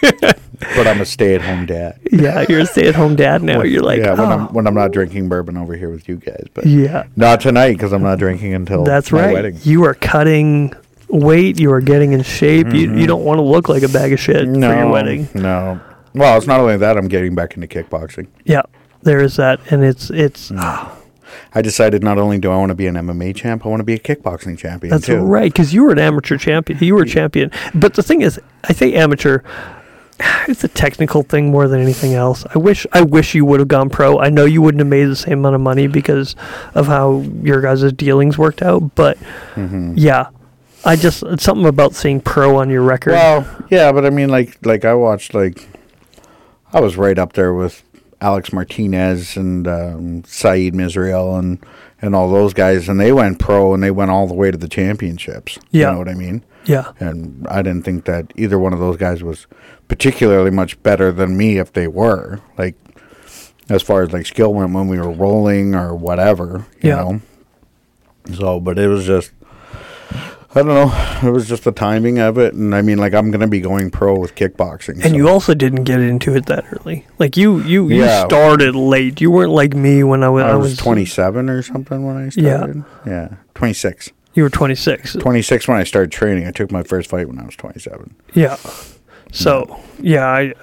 but I'm a stay-at-home dad.
Yeah, you're a stay-at-home dad now. You're like,
yeah, when I'm
"Oh."
when I'm not drinking bourbon over here with you guys, but
yeah.
not tonight because I'm not drinking until
That's
Oh, my
right.
wedding.
You are cutting weight. You are getting in shape. You, you don't want to look like a bag of shit
Mm-hmm. No,
for your wedding.
no. Well, it's not only that. I'm getting back into kickboxing.
Yeah, there is that, and it's it's
I decided not only do I want to be an MMA champ, I want to be a kickboxing champion
that's
too.
right because you were an amateur champion. You were a champion, but the thing is, I say amateur. (sighs) It's a technical thing more than anything else. I wish I wish you would have gone pro. I know you wouldn't have made the same amount of money because of how your guys' dealings worked out, but
Mm-hmm.
yeah. I just it's something about seeing pro on your record.
Well, yeah, but I mean, like, like I watched, like, I was right up there with Alex Martinez and um, Saeed Misrael and and all those guys, and they went pro and they went all the way to the championships.
Yeah.
you know what I mean.
Yeah.
And I didn't think that either one of those guys was particularly much better than me if they were. Like as far as like skill went when we were rolling or whatever, you
Yeah.
know. So, but it was just I don't know. It was just the timing of it, and I mean, like I'm gonna be going pro with kickboxing.
And
so-
you also didn't get into it that early. Like you, you, you
Yeah.
started late. You weren't like me when I was.
I was 27 or something when I
Yeah.
started. Yeah, yeah, 26,
You were 26.
26 when I started training. I took my first fight when I was 27,
Yeah.
Mm.
So yeah, I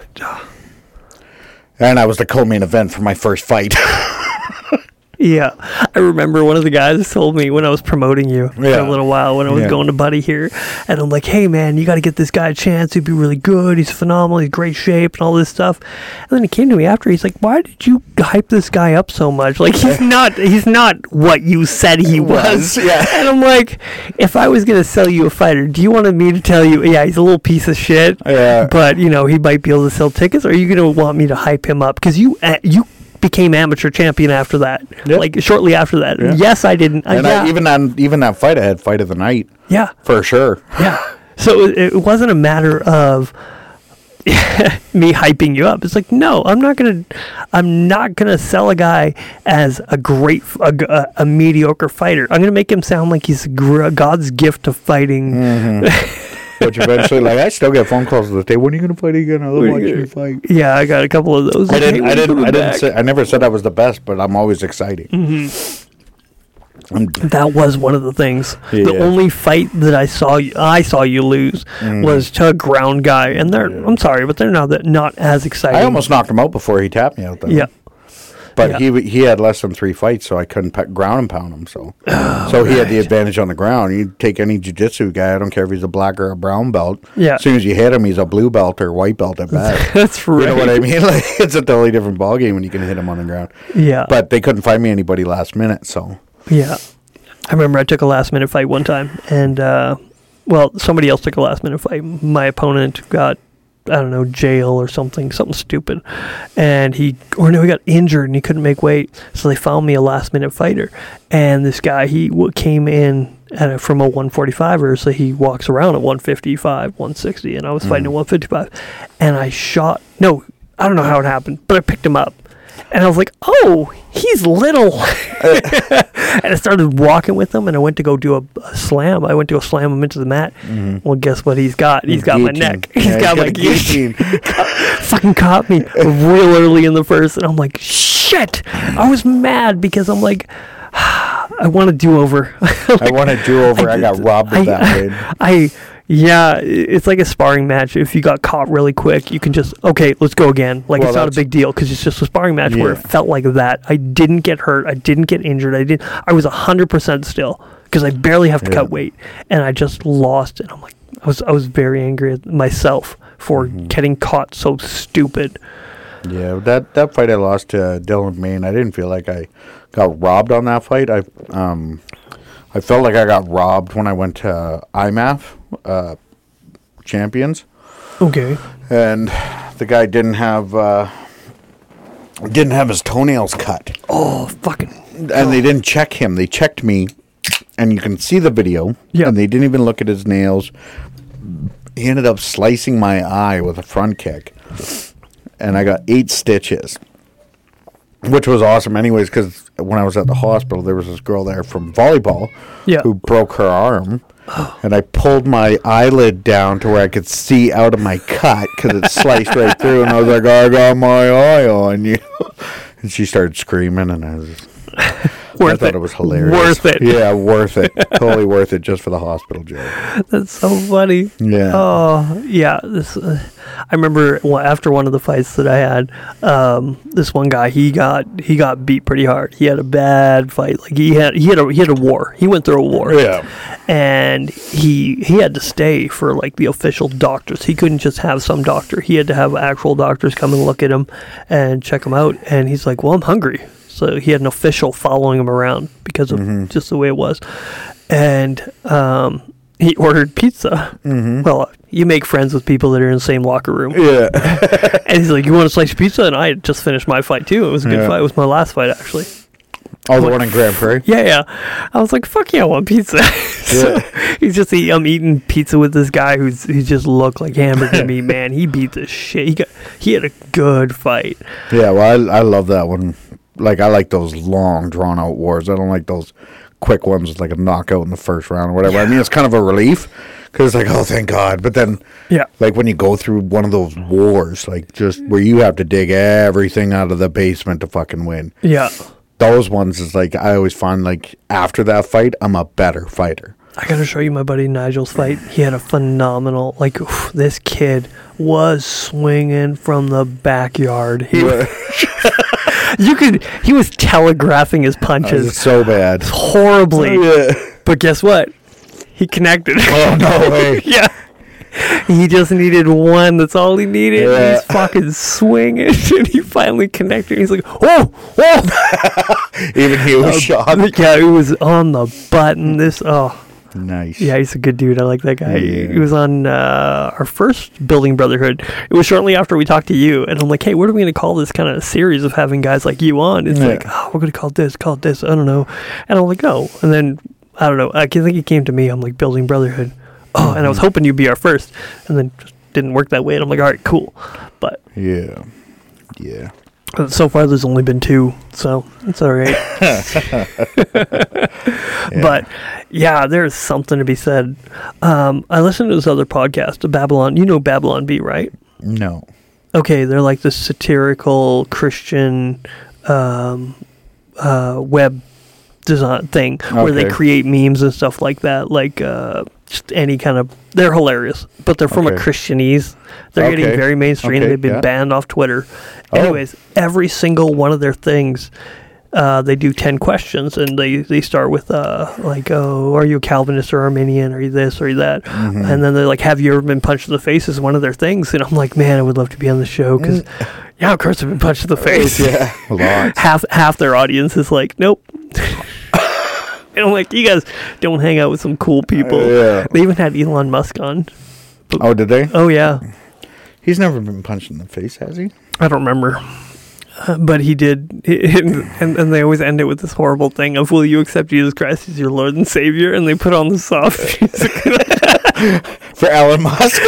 and I was the co-main event for my first fight. (laughs)
yeah I remember one of the guys told me when I was promoting you for
Yeah.
a little while when I was
Yeah.
going to Buddy here, and I'm like, hey man, you got to get this guy a chance. He'd be really good. He's phenomenal. He's great shape and all this stuff. And then he came to me after. He's like, why did you hype this guy up so much? Like
(laughs)
he's not he's not what you said he was.
yeah.
(laughs) And I'm like, if I was gonna sell you a fighter, do you want me to tell you, yeah, he's a little piece of shit,
Yeah.
but you know he might be able to sell tickets, or are you gonna want me to hype him up? Because you uh, you became amateur champion after that,
Yeah.
like shortly after that.
Yeah.
Yes, I didn't. Uh,
And
yeah,
I, even on even that fight, I had fight of the night
yeah,
for sure.
yeah. So it, it wasn't a matter of (laughs) me hyping you up. It's like, no, I'm not gonna, I'm not gonna sell a guy as a great, f- a, g- a- a mediocre fighter. I'm gonna make him sound like he's gr- God's gift of fighting.
Mm. Which eventually, like, I still get phone calls to this day. When are you gonna fight again? I love
When are you
watching
gonna-
you fight.
Yeah, I got a couple of those.
I didn't. I didn't. I didn't.
Back.
Say, I never said I was the best, but I'm always exciting.
Mm-hmm.
I'm,
that was one of the things. The
Yeah.
only fight that I saw you, I saw you lose
Mm.
was to a ground guy, and they're I'm sorry, but they're not that not as exciting.
I almost knocked him out before he tapped me out there.
yeah.
But he he had less than three fights, so I couldn't pe- ground and pound him.
(sighs)
So,
Oh,
so he had the advantage on the ground. You take any jiu-jitsu guy, I don't care if he's a black or a brown belt.
Yeah.
As soon as you hit him, he's a blue belt or white belt at best.
That's right.
(laughs) You know what I mean? (laughs) Like it's a totally different ballgame when you can hit him on the ground.
(laughs) Yeah.
But they couldn't find me anybody last minute, so
Yeah. I remember I took a last minute fight one time, and, uh, well, somebody else took a last minute fight. My opponent got, I don't know, jail or something, something stupid. And he, or no, he got injured and he couldn't make weight. So they found me a last minute fighter. And this guy, he w- came in at a, from a 145er, so he walks around at 155, 160, and I was fighting at 155. And I shot, no, I don't know how it happened, but I picked him up. And I was like, oh, he's little. (laughs) and I started walking with him, and I went to go do a, a slam. I went to go slam him into the mat. Well, guess what? He's got he's got my neck.
He's
he's got my (laughs)
a
guillotine. Fucking caught me real early in the first, and I'm like, shit. I was mad because I'm like, (sighs) I want to do over. (laughs)
I want to do over. I, got robbed of
I- (laughs)
that, dude.
I yeah, i- it's like a sparring match. If you got caught really quick, you can just okay, let's go again. Like
Well,
it's not a
that's-
big deal because it's just a sparring match where it
Yeah.
felt like that. I didn't get hurt. I didn't get injured. I did. I was hundred percent still because I barely have to
Yeah.
cut weight, and I just lost. And I'm like, I was I was very angry at myself for
Mm-hmm.
getting caught so stupid.
Yeah, that that fight I lost to Dylan Maine. I didn't feel like I got robbed on that fight. I um, I felt like I got robbed when I went to IMAF uh, champions,
Okay.
and the guy didn't have uh, didn't have his toenails cut,
Oh fucking.
and they didn't check him. They checked me, and you can see the video.
Yeah.
and they didn't even look at his nails. He ended up slicing my eye with a front kick, and I got eight stitches which was awesome anyways because when i was at the hospital there was this girl there from volleyball
Yeah.
who broke her arm and i pulled my eyelid down to where i could see out of my cut because it sliced right through and i was like i got my eye on you (laughs) and she started screaming and i was I
Worth
thought
it.
it was hilarious.
Worth it.
Yeah,
(laughs)
worth it. totally worth it just for the hospital joke.
That's so funny.
Yeah.
Oh yeah, this. Uh, I remember wa- after one of the fights that I had, um, this one guy he got he got beat pretty hard. He had a bad fight. Like he had he had a he had a war. He went through a war.
Yeah.
And he he had to stay for like the official doctors. He couldn't just have some doctor. He had to have actual doctors come and look at him and check him out. And he's like, "Well, I'm hungry." So he had an
Mm-hmm.
official following him around because of just the way it was. And um, he ordered pizza. Well, you make friends with people that are in the same locker room.
Mm-hmm. Yeah.
And he's like, "You want a slice of pizza?" And I had just finished my fight too. It was a good
Yeah.
fight. It was my last fight actually.
Oh, the one in Grand Prairie.
Yeah, yeah. I was like, "Fuck yeah, I want pizza." (laughs) so he's just eat, I'm eating pizza with this guy who's who just looked like hamburger meat man. He beat the shit. He got he had a good fight.
Yeah. Well, I, I love that one. Like I like those long, drawn out wars. I don't like those quick ones with like a knockout in the first round or whatever. I mean, it's kind of a relief because like, oh, thank God. But then,
Yeah,
like when you go through one of those wars, like just where you have to dig everything out of the basement to fucking win.
yeah.
Those ones is like I always find like after that fight, I'm a better fighter.
I gotta show you my buddy Nigel's fight. He had a phenomenal like oof, this kid was swinging from the backyard. He, (laughs)
(laughs)
you could he was telegraphing his
It's
punches
so bad.
horribly.
Yeah.
But guess what? He connected.
(laughs) Oh no (laughs) way.
yeah. He just needed one. That's all he needed.
Yeah.
He's fucking swinging, (laughs) and he finally connected. He's like, "Oh, "Whoa, whoa!"
Even he was shot.
yeah, it was on the button. This, oh,
Nice.
yeah, he's a good dude. I like that guy.
Yeah.
He was on uh, our first Building Brotherhood. It was shortly after we talked to you, and I'm like, hey, what are we going to call this kind of series of having guys like you on? It's
Yeah.
like, oh, we're going to call it this, call it this. I don't know. And I'm like, oh. And then, I don't know. I can- think he came to me. I'm like, Building Brotherhood. (clears throat) Oh, and I
Mm-hmm.
was hoping you'd be our first. And then just didn't work that way. And I'm like, all right, cool. But
Yeah. Yeah.
uh, so far, there's only been two, so it's all right. But yeah, there's something to be said. Um, I listened to this other podcast, Babylon. You know Babylon B, right?
No.
Okay, they're like this satirical Christian um, uh, web design thing where they
Okay.
create memes and stuff like that. Like uh, just any kind of. They're hilarious, but they're from a
Okay.
Christianese. They're
Okay.
getting very mainstream.
Okay,
They've been
yeah.
banned off Twitter.
Oh.
Anyways, every single one of their things uh, they do 10 questions and they, they start with uh, like oh are you a calvinist or arminian are you this or you that
Mm-hmm.
and then they're like have you ever been punched in the face is one of their things and i'm like man i would love to be on the show because (laughs) yeah of course i've been punched in the face
Mm. Oh, Yeah. (laughs)
(laughs)
Lots.
half half their audience is like nope (laughs) and i'm like you guys don't hang out with some cool people
Oh, Yeah.
they even had elon musk on
Oh, did they?
oh yeah
He's never been punched in the face, has he?
I don't remember. Uh, But he (laughs) did, and, and they always end it with this horrible thing of "Will you accept Jesus Christ as your Lord and Savior?" And they put on the
(laughs)
soft music.
For Elon (laughs) Musk.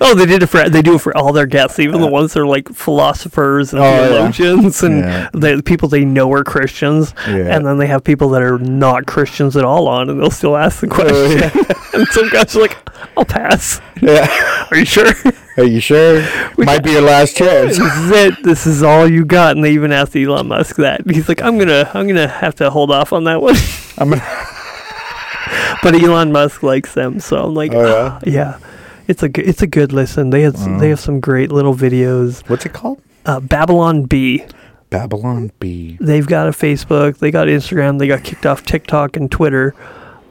oh, they did it for they do it for all their guests, even the ones that are like philosophers and
Oh, yeah.
theologians and
Yeah.
the people they know are Christians.
Yeah.
And then they have people that are not Christians at all on, and they'll still ask the question. (laughs) and some guys are like, "I'll pass."
yeah.
Are you sure?
Are you sure? Might be your last (laughs) chance.
(laughs) this is it. This is all you got. And they even asked Elon Musk that. He's like, I'm gonna, I'm gonna have to hold off on that one. (laughs)
I'm gonna-
but Elon Musk likes them, so I'm like,
Oh, yeah?
"Ah, yeah. It's a, g- it's a good listen. They had, s they have some great little videos.
What's it called?
Uh, Babylon B.
Babylon B.
They've got a Facebook. They got Instagram. They got kicked off TikTok and Twitter.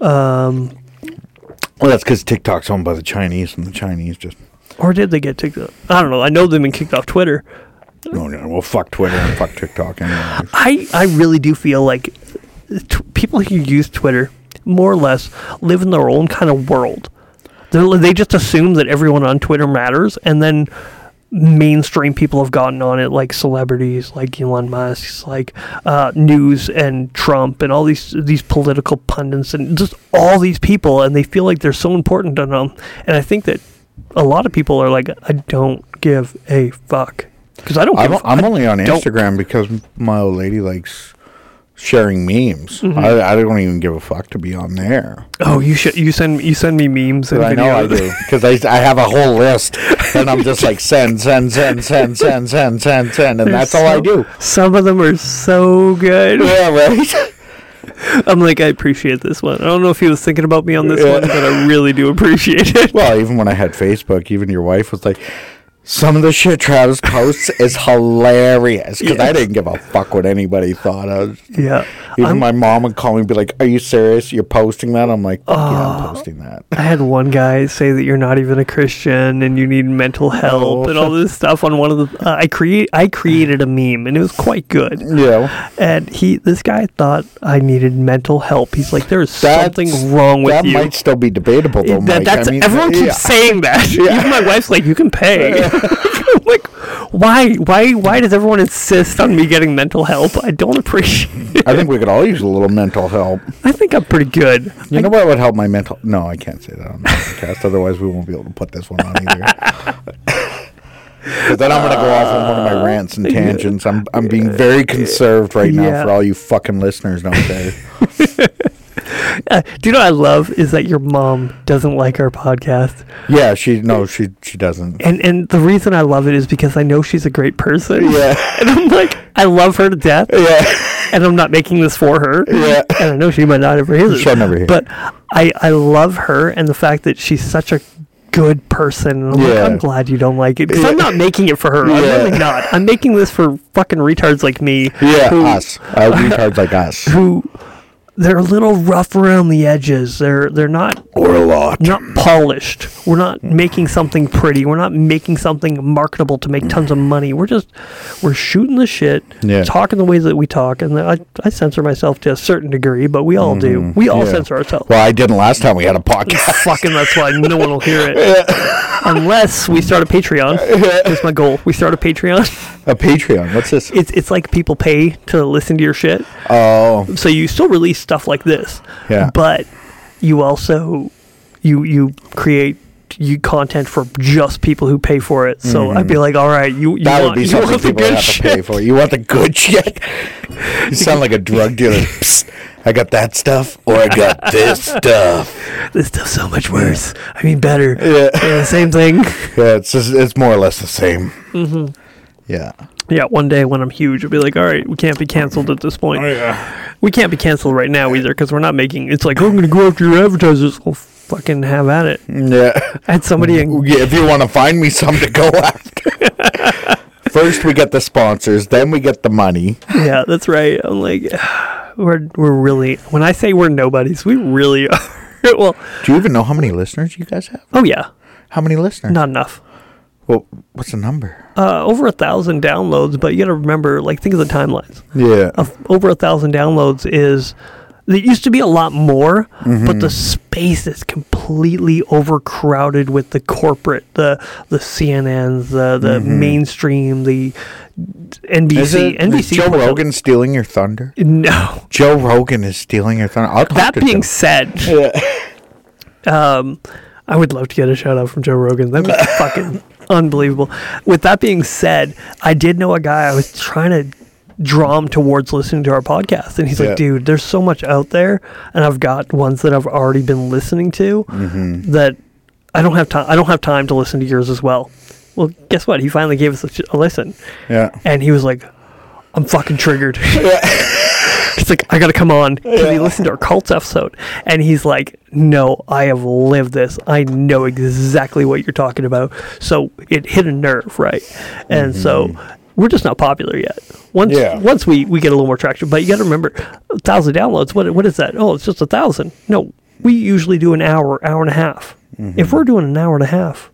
Um,
Well, that's because TikTok's owned by the Chinese, and the Chinese just
or did they get kicked? off? I don't know. I know they've been kicked off Twitter.
no, no. oh, Well, fuck Twitter and fuck TikTok. Anyway.
I, I really do feel like t- people who use Twitter more or less live in their own kind of world. They're, they just assume that everyone on Twitter matters, and then mainstream people have gotten on it, like celebrities, like Elon Musk, like uh, news and Trump, and all these these political pundits, and just all these people, and they feel like they're so important to them. And I think that a lot of people are like, I don't give a fuck because I don't. Give
I'm,
a fuck.
I'm only on
don't-
Instagram because my old lady likes sharing memes.
Mm-hmm.
I, I don't even give a fuck to be on there.
Oh, you should you send you send me memes and
I know I
videos.
do because I, I have a whole list, and I'm just like send, send, send, send, send, send, send, send, and that's all I
So-
do.
Some of them are so good.
Yeah, (laughs) right.
I'm like, I appreciate this one. I don't know if he was thinking about
(laughs)
me on this one, but I really do appreciate it.
Well, even when I had Facebook, even your wife was like, Some of the shit Travis posts is hilarious because I didn't give a fuck what anybody thought. I was,
Yeah.
even
I'm-
my mom would call me and be like, "Are you serious? You're posting that?" I'm like, "Fuck "Yeah, I'm posting that."
I had one guy say that you're not even a Christian and you need mental help
Oh.
and all this stuff on one of the. Uh, I create I created a meme and it was quite good.
Yeah,
And he, this guy thought I needed mental help. He's like, there's
That's-
something wrong with
that
you.
might still be debatable though.
It- that,
Mike.
that's
I mean,
everyone keeps
(laughs) yeah.
saying that. Even my wife's like, you can
(laughs)
pay. (laughs) I'm like, why, why, why does everyone insist on me getting mental help? I don't appreciate. It.
I think we could all use a little mental help.
I think I'm pretty good.
You know what would help my mental? No, I can't say that on the podcast. Otherwise, we won't be able to put this one on
(laughs)
either. 'Cause then I'm going to go off on one of my rants and tangents. I'm I'm being very conserved right now
Yeah.
for all you fucking listeners out there.
Uh, do you know what I love is that your mom doesn't like our podcast,
Yeah, she no, she she doesn't.
and and the reason I love it is because I know she's a great person.
Yeah,
(laughs) And I'm like, I love her to death,
yeah,
and I'm not making this for her.
yeah.
And I know she might not ever hear this.
She'll never hear.
But I, I love her and the fact that she's such a good person. And I'm, like,
Yeah.
I'm glad you don't like it. 'cause I'm
Yeah.
not making it for her. I'm
Yeah.
really not. I'm making this for fucking retards like me.
yeah,
who,
us. Our retards like us.
Who they're a little rough around the edges. They're they're not
Or a lot.
not polished. We're not making something pretty. We're not making something marketable to make tons of money. We're just we're shooting the shit,
Yeah.
talking the ways that we talk, and I, I censor myself to a certain degree, but we all do. We all
Mm-hmm. Yeah.
censor ourselves.
Well, I didn't last time we had a podcast.
Fucking that's why no one will
(laughs)
hear it. Unless we start a Patreon. That's my goal. We start a Patreon.
A Patreon. What's this?
It's it's like people pay to listen to your shit.
Oh,
So you still release stuff like this.
Yeah.
But you also you you create you content for just people who pay for it. So I'd be like, all right, you you
Mm-hmm. that
want,
would be
you
something
want the
people would
good
have to pay
shit.
for. You want the good (laughs) shit? You sound like a drug dealer. Psst, I got that stuff, or I (laughs) got this stuff.
(laughs) This stuff's so much worse. I mean, better.
Yeah.
(laughs) Yeah, same thing.
Yeah, it's just, it's more or less the same. Mm-hmm. Yeah.
Yeah, one day when I'm huge, I'll be like, all right, we can't be canceled at this
Oh,
point. We can't be canceled right now either because we're not making. It's like I'm going to go after your advertisers. Well, fucking have at it.
Yeah.
I had somebody in.
Yeah, if you want to find me some to go (laughs) after. First, we get the sponsors, then we get the money.
Yeah, that's right. I'm like, (sighs) we're we're really. When I say we're nobodies, we really (laughs) are. well,
Do you even know how many listeners you guys have?
oh yeah,
How many listeners?
not enough.
Well, what's the number?
Uh, over a thousand downloads, but you got to remember, like, think of the timelines.
Yeah.
Of over a thousand downloads is. There used to be a lot more,
Mm-hmm.
but the space is completely overcrowded with the corporate, the the CNNs, the the mainstream, the NBC.
Mm-hmm. Is it
NBC.
is Joe
put out-
Rogan stealing your thunder?
(laughs) No.
Joe Rogan is stealing your thunder. I'll talk
That
to
being
Joe.
said, um, I would love to get a shout out from Joe Rogan. That was fucking unbelievable. With that being said, I did know a guy I was trying to draw him towards listening to our podcast, and he's
Yeah.
like, "Dude, there's so much out there, and I've got ones that I've already been listening to that I don't have time. I don't have time to listen to yours as well." Well, guess what? He finally gave us a, ch- a listen,
yeah.
and he was like, "I'm fucking triggered." (laughs) he's like, "I gotta come on." 'Cause He listened to our cults episode, and he's like, "No, I have lived this. I know exactly what you're talking about." So it hit a nerve, right? And so we're just not popular yet. Once
Yeah.
once we we get a little more traction, but you got to remember, a thousand downloads. What what is that? Oh, it's just a thousand. No, we usually do an hour, hour and a half. If we're doing an hour and a half,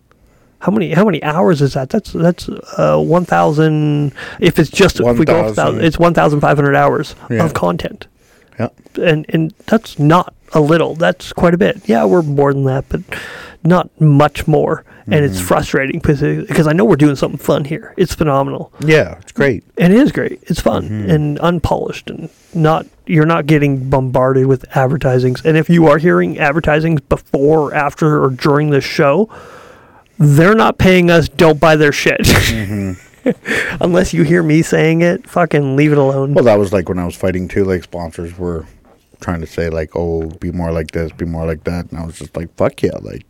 how many how many hours is that? That's that's uh, one thousand. If it's just if we go off
1,000.
thousand, it's one thousand five hundred hours
Yeah.
of content,
Yeah.
and and that's not a little. That's quite a bit. Yeah, we're more than that, but not much more. And it's frustrating because because I know we're doing something fun here. It's phenomenal,
Yeah, it's great.
and it is great. It's fun and unpolished, and not you're not getting bombarded with advertisings. And if you are hearing advertisings before, or after, or during the show, they're not paying us. Don't buy their shit. (laughs) Unless you hear me saying it, fucking leave it alone.
Well, that was like when I was fighting too. Like sponsors were trying to say like, "Oh, be more like this, be more like that," and I was just like, "Fuck yeah!" Like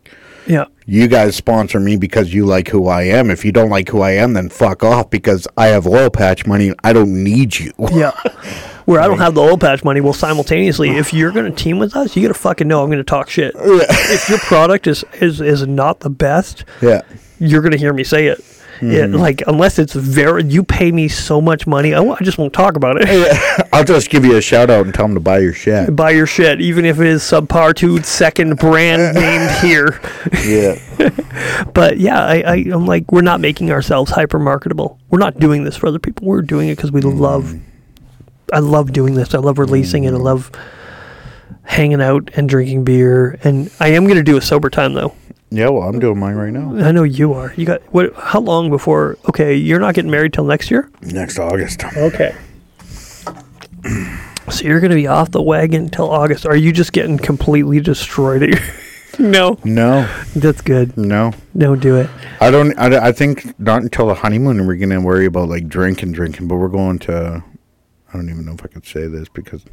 yeah,
you guys sponsor me because you like who I am. If you don't like who I am, then fuck off because I have oil patch money. I don't need you. (laughs)
yeah. Where I don't have the oil patch money, well, simultaneously, if you're going to team with us, you got to fucking know I'm going to talk shit. if your product is, is is not the best,
Yeah,
you're going to hear me say it. It- like unless it's very, you pay me so much money, I, w- I just won't talk about it.
(laughs) I'll just give you a shout out and tell them to buy your shit.
(laughs) Buy your shit, even if it is subpar to second brand named here.
Yeah.
But yeah, I, I, I'm like, we're not making ourselves hyper marketable. We're not doing this for other people. We're doing it because we love. I love doing this. I love releasing it. I love hanging out and drinking beer. And I am going to do a sober time though.
(laughs) Yeah, well, I'm doing mine right now.
I know you are. You got what? How long before? Okay, you're not getting married till next year.
Next August.
Okay. So you're gonna be off the wagon until August. Are you just getting completely destroyed? At your- (laughs) no,
No,
that's good.
no.
Don't do it.
I don't, I, don't- I think not until the honeymoon we're going to worry about like drinking, drinking, but we're going to, I don't even know if I could say this because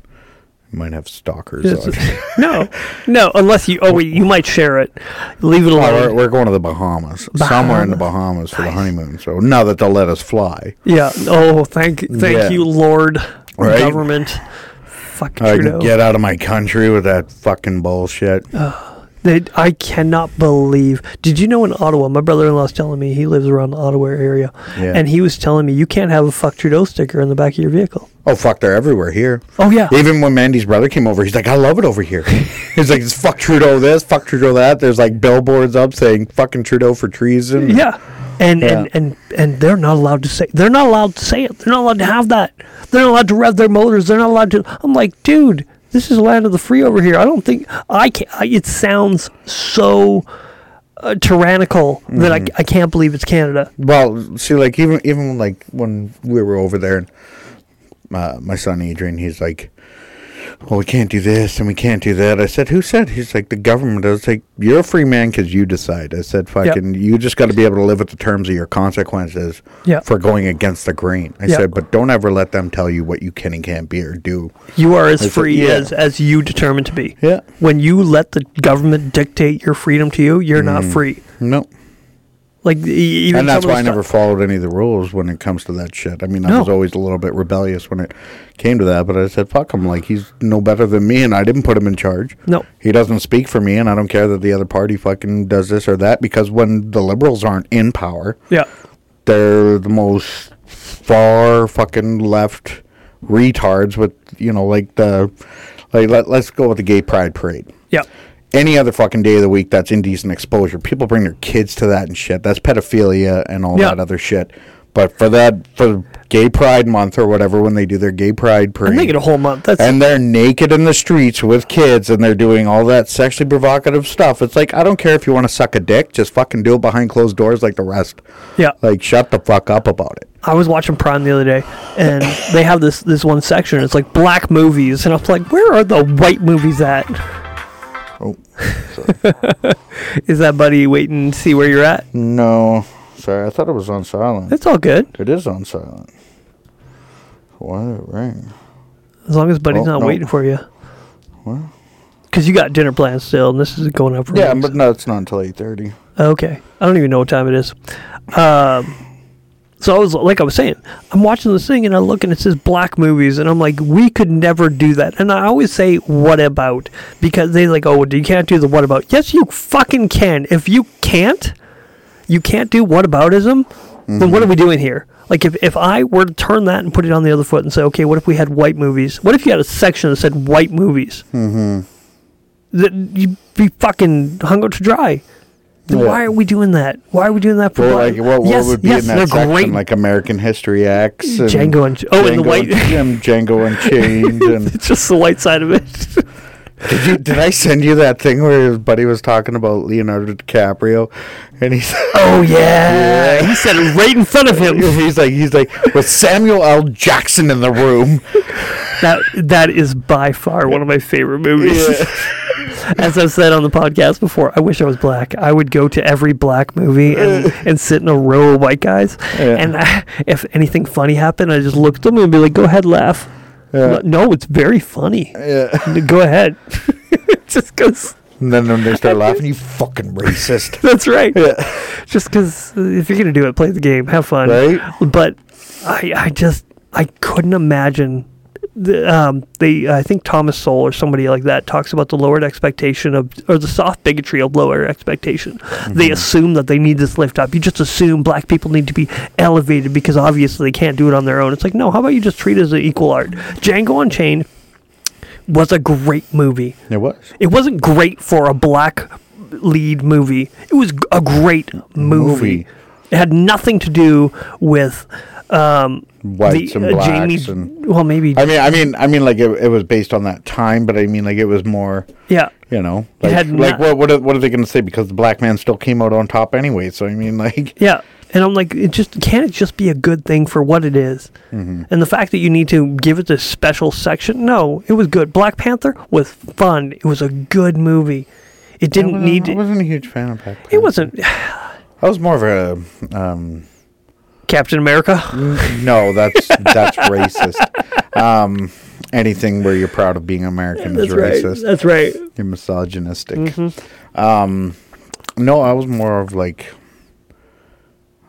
I might have stalkers.
It's- (laughs)
on.
no, no. Unless you, oh, wait, you might share it. Leave it
Oh, we're,
alone.
we're going to the Bahamas, somewhere in the Bahamas for the honeymoon. So now that they'll let us fly,
Yeah. Oh, thank, thank
Yeah.
you, Lord,
Right?
government. Fuck
I
Trudeau.
can get out of my country with that fucking bullshit.
They, I cannot believe. Did you know in Ottawa, my brother in law's telling me he lives around the Ottawa area,
Yeah.
and he was telling me you can't have a fuck Trudeau sticker in the back of your vehicle.
oh fuck, they're everywhere here.
Oh yeah,
Even when Mandy's brother came over, he's like, I love it over here. (laughs) he's like, it's fuck Trudeau this, fuck Trudeau that. There's like billboards up saying fucking Trudeau for treason.
yeah, and
Yeah.
and and and they're not allowed to say they're not allowed to say it. They're not allowed to have that. They're not allowed to rev their motors. They're not allowed to. I'm like, dude, this is land of the free over here. I don't think I can. I, it sounds so uh, tyrannical that I,
Mm-hmm.
I can't believe it's Canada.
Well, see, like even even like when we were over there, and uh, my son Adrian, he's like, "Well, we can't do this and we can't do that." I said, "Who said?" He's like, "The government." I was like, "You're a free man because you decide." I said, "Fucking, you just got to be able to live with the terms of your consequences
Yeah.
for going against the grain." I
Yeah.
said, "But don't ever let them tell you what you can and can't be or do."
You are as
It's a-
free
yeah.
as as you determine to be.
Yeah.
When you let the government dictate your freedom to you, you're not free.
No,
Like e- even
Mm. and that's
some of
why I
the
never
stuff-
followed any of the rules when it comes to that shit. I mean, I
No.
was always a little bit rebellious when it came to that, but I said, "Fuck him!" Like he's no better than me, and I didn't put him in charge.
No.
he doesn't speak for me, and I don't care that the other party fucking does this or that. Because when the liberals aren't in power,
Yeah.
they're the most far fucking left retards. With you know, like the like let, let's go with the gay pride parade
Yeah.
any other fucking day of the week that's indecent exposure. People bring their kids to that and shit. That's pedophilia and all
Yeah.
that other shit. But for that for gay pride month or whatever when they do their gay pride parade
And they get a whole month. That's
and they're naked in the streets with kids and they're doing all that sexually provocative stuff. It's like I don't care if you want to suck a dick, just fucking do it behind closed doors like the rest.
yeah.
Like shut the fuck up about it.
I was watching Prime the other day,
(laughs)
and they have this this one section. It's like black movies, and I was like, where are the white movies at?
Oh.
(laughs) Is that buddy waiting to see where you're at?
No. Sorry, I thought it was on silent.
It's all good
It is on silent. Why did it ring?
as long as buddy's
Oh,
not
no.
waiting for you. Because you got dinner plans still, and this is going up. For
Yeah,
weeks.
but no, it's not until eight thirty.
Okay. I don't even know what time it is. Um, so I was like I was saying, I'm watching this thing and I look and it says black movies and I'm like, we could never do that. And I always say, what about? Because they like, oh, you can't do the what about? Yes, you fucking can. If you can't, you can't do what aboutism, then what are we doing here? Like if, if I were to turn that and put it on the other foot and say, okay, what if we had white movies? What if you had a section that said white movies? Mm-hmm. That you'd be fucking hung out to dry. Then
Yeah.
Why are we doing that? Why are we doing that for?
Well,
black-
like what, what
yes,
would be
yes,
in that
they're
section?
great.
Like American History X, and
Django and- oh, and the white- (laughs)
and Django Unchained.
(laughs)
and
it's just the white side of
(laughs)
it.
did, you, did I send you that thing where his buddy was talking about Leonardo DiCaprio, and he's (laughs)
oh yeah. he said it right in front of
(laughs)
him.
he's like he's like with Samuel L. Jackson in the room.
That that is by far one of my favorite movies. (laughs) As I've said on the podcast before, I wish I was black. I would go to every black movie and, and sit in a row of white guys.
Yeah.
And (laughs) I, if anything funny happened, I just looked at them and be like, "Go ahead, laugh."
Yeah.
No, it's very funny.
Yeah.
Go
(laughs)
ahead. (laughs) just because
(laughs) And then when they
(laughs)
start laughing, you fucking racist.
that's right.
Yeah.
just because if you're gonna do it, play the game, have fun.
Right?
But I, I just, I couldn't imagine the, um, they I think Thomas Sowell or somebody like that talks about the lowered expectation of or the soft bigotry of lower expectation. They assume that they need this lift up. You just assume black people need to be elevated because obviously they can't do it on their own. It's like no, how about you just treat it as an equal art? Django Unchained was a great movie.
It was.
It wasn't great for a black lead movie. It was g- a great movie.
Movie.
It had nothing to do with um,
Whites and blacks and-
well, maybe
I mean, I mean, I mean, like it, it was based on that time, but I mean, like it was more,
yeah.
you know, like,
had
like
not-
what, what, are, what are they going to say? Because the black man still came out on top anyway. So I mean, (laughs) like,
Yeah. And I'm like, it just can't it just be a good thing for what it is?
Mm-hmm.
And the fact that you need to give it this special section, no, it was good. Black Panther was fun. It was a good movie. It
I
didn't
wasn't,
need.
I wasn't a huge fan of Black
It
Panther.
wasn't (sighs)
I was more of a, um,
Captain America.
no, that's
(laughs)
that's racist. Um, anything where you're proud of being American is racist.
That's right. Mm-hmm.
You're misogynistic. Um, no, I was more of like,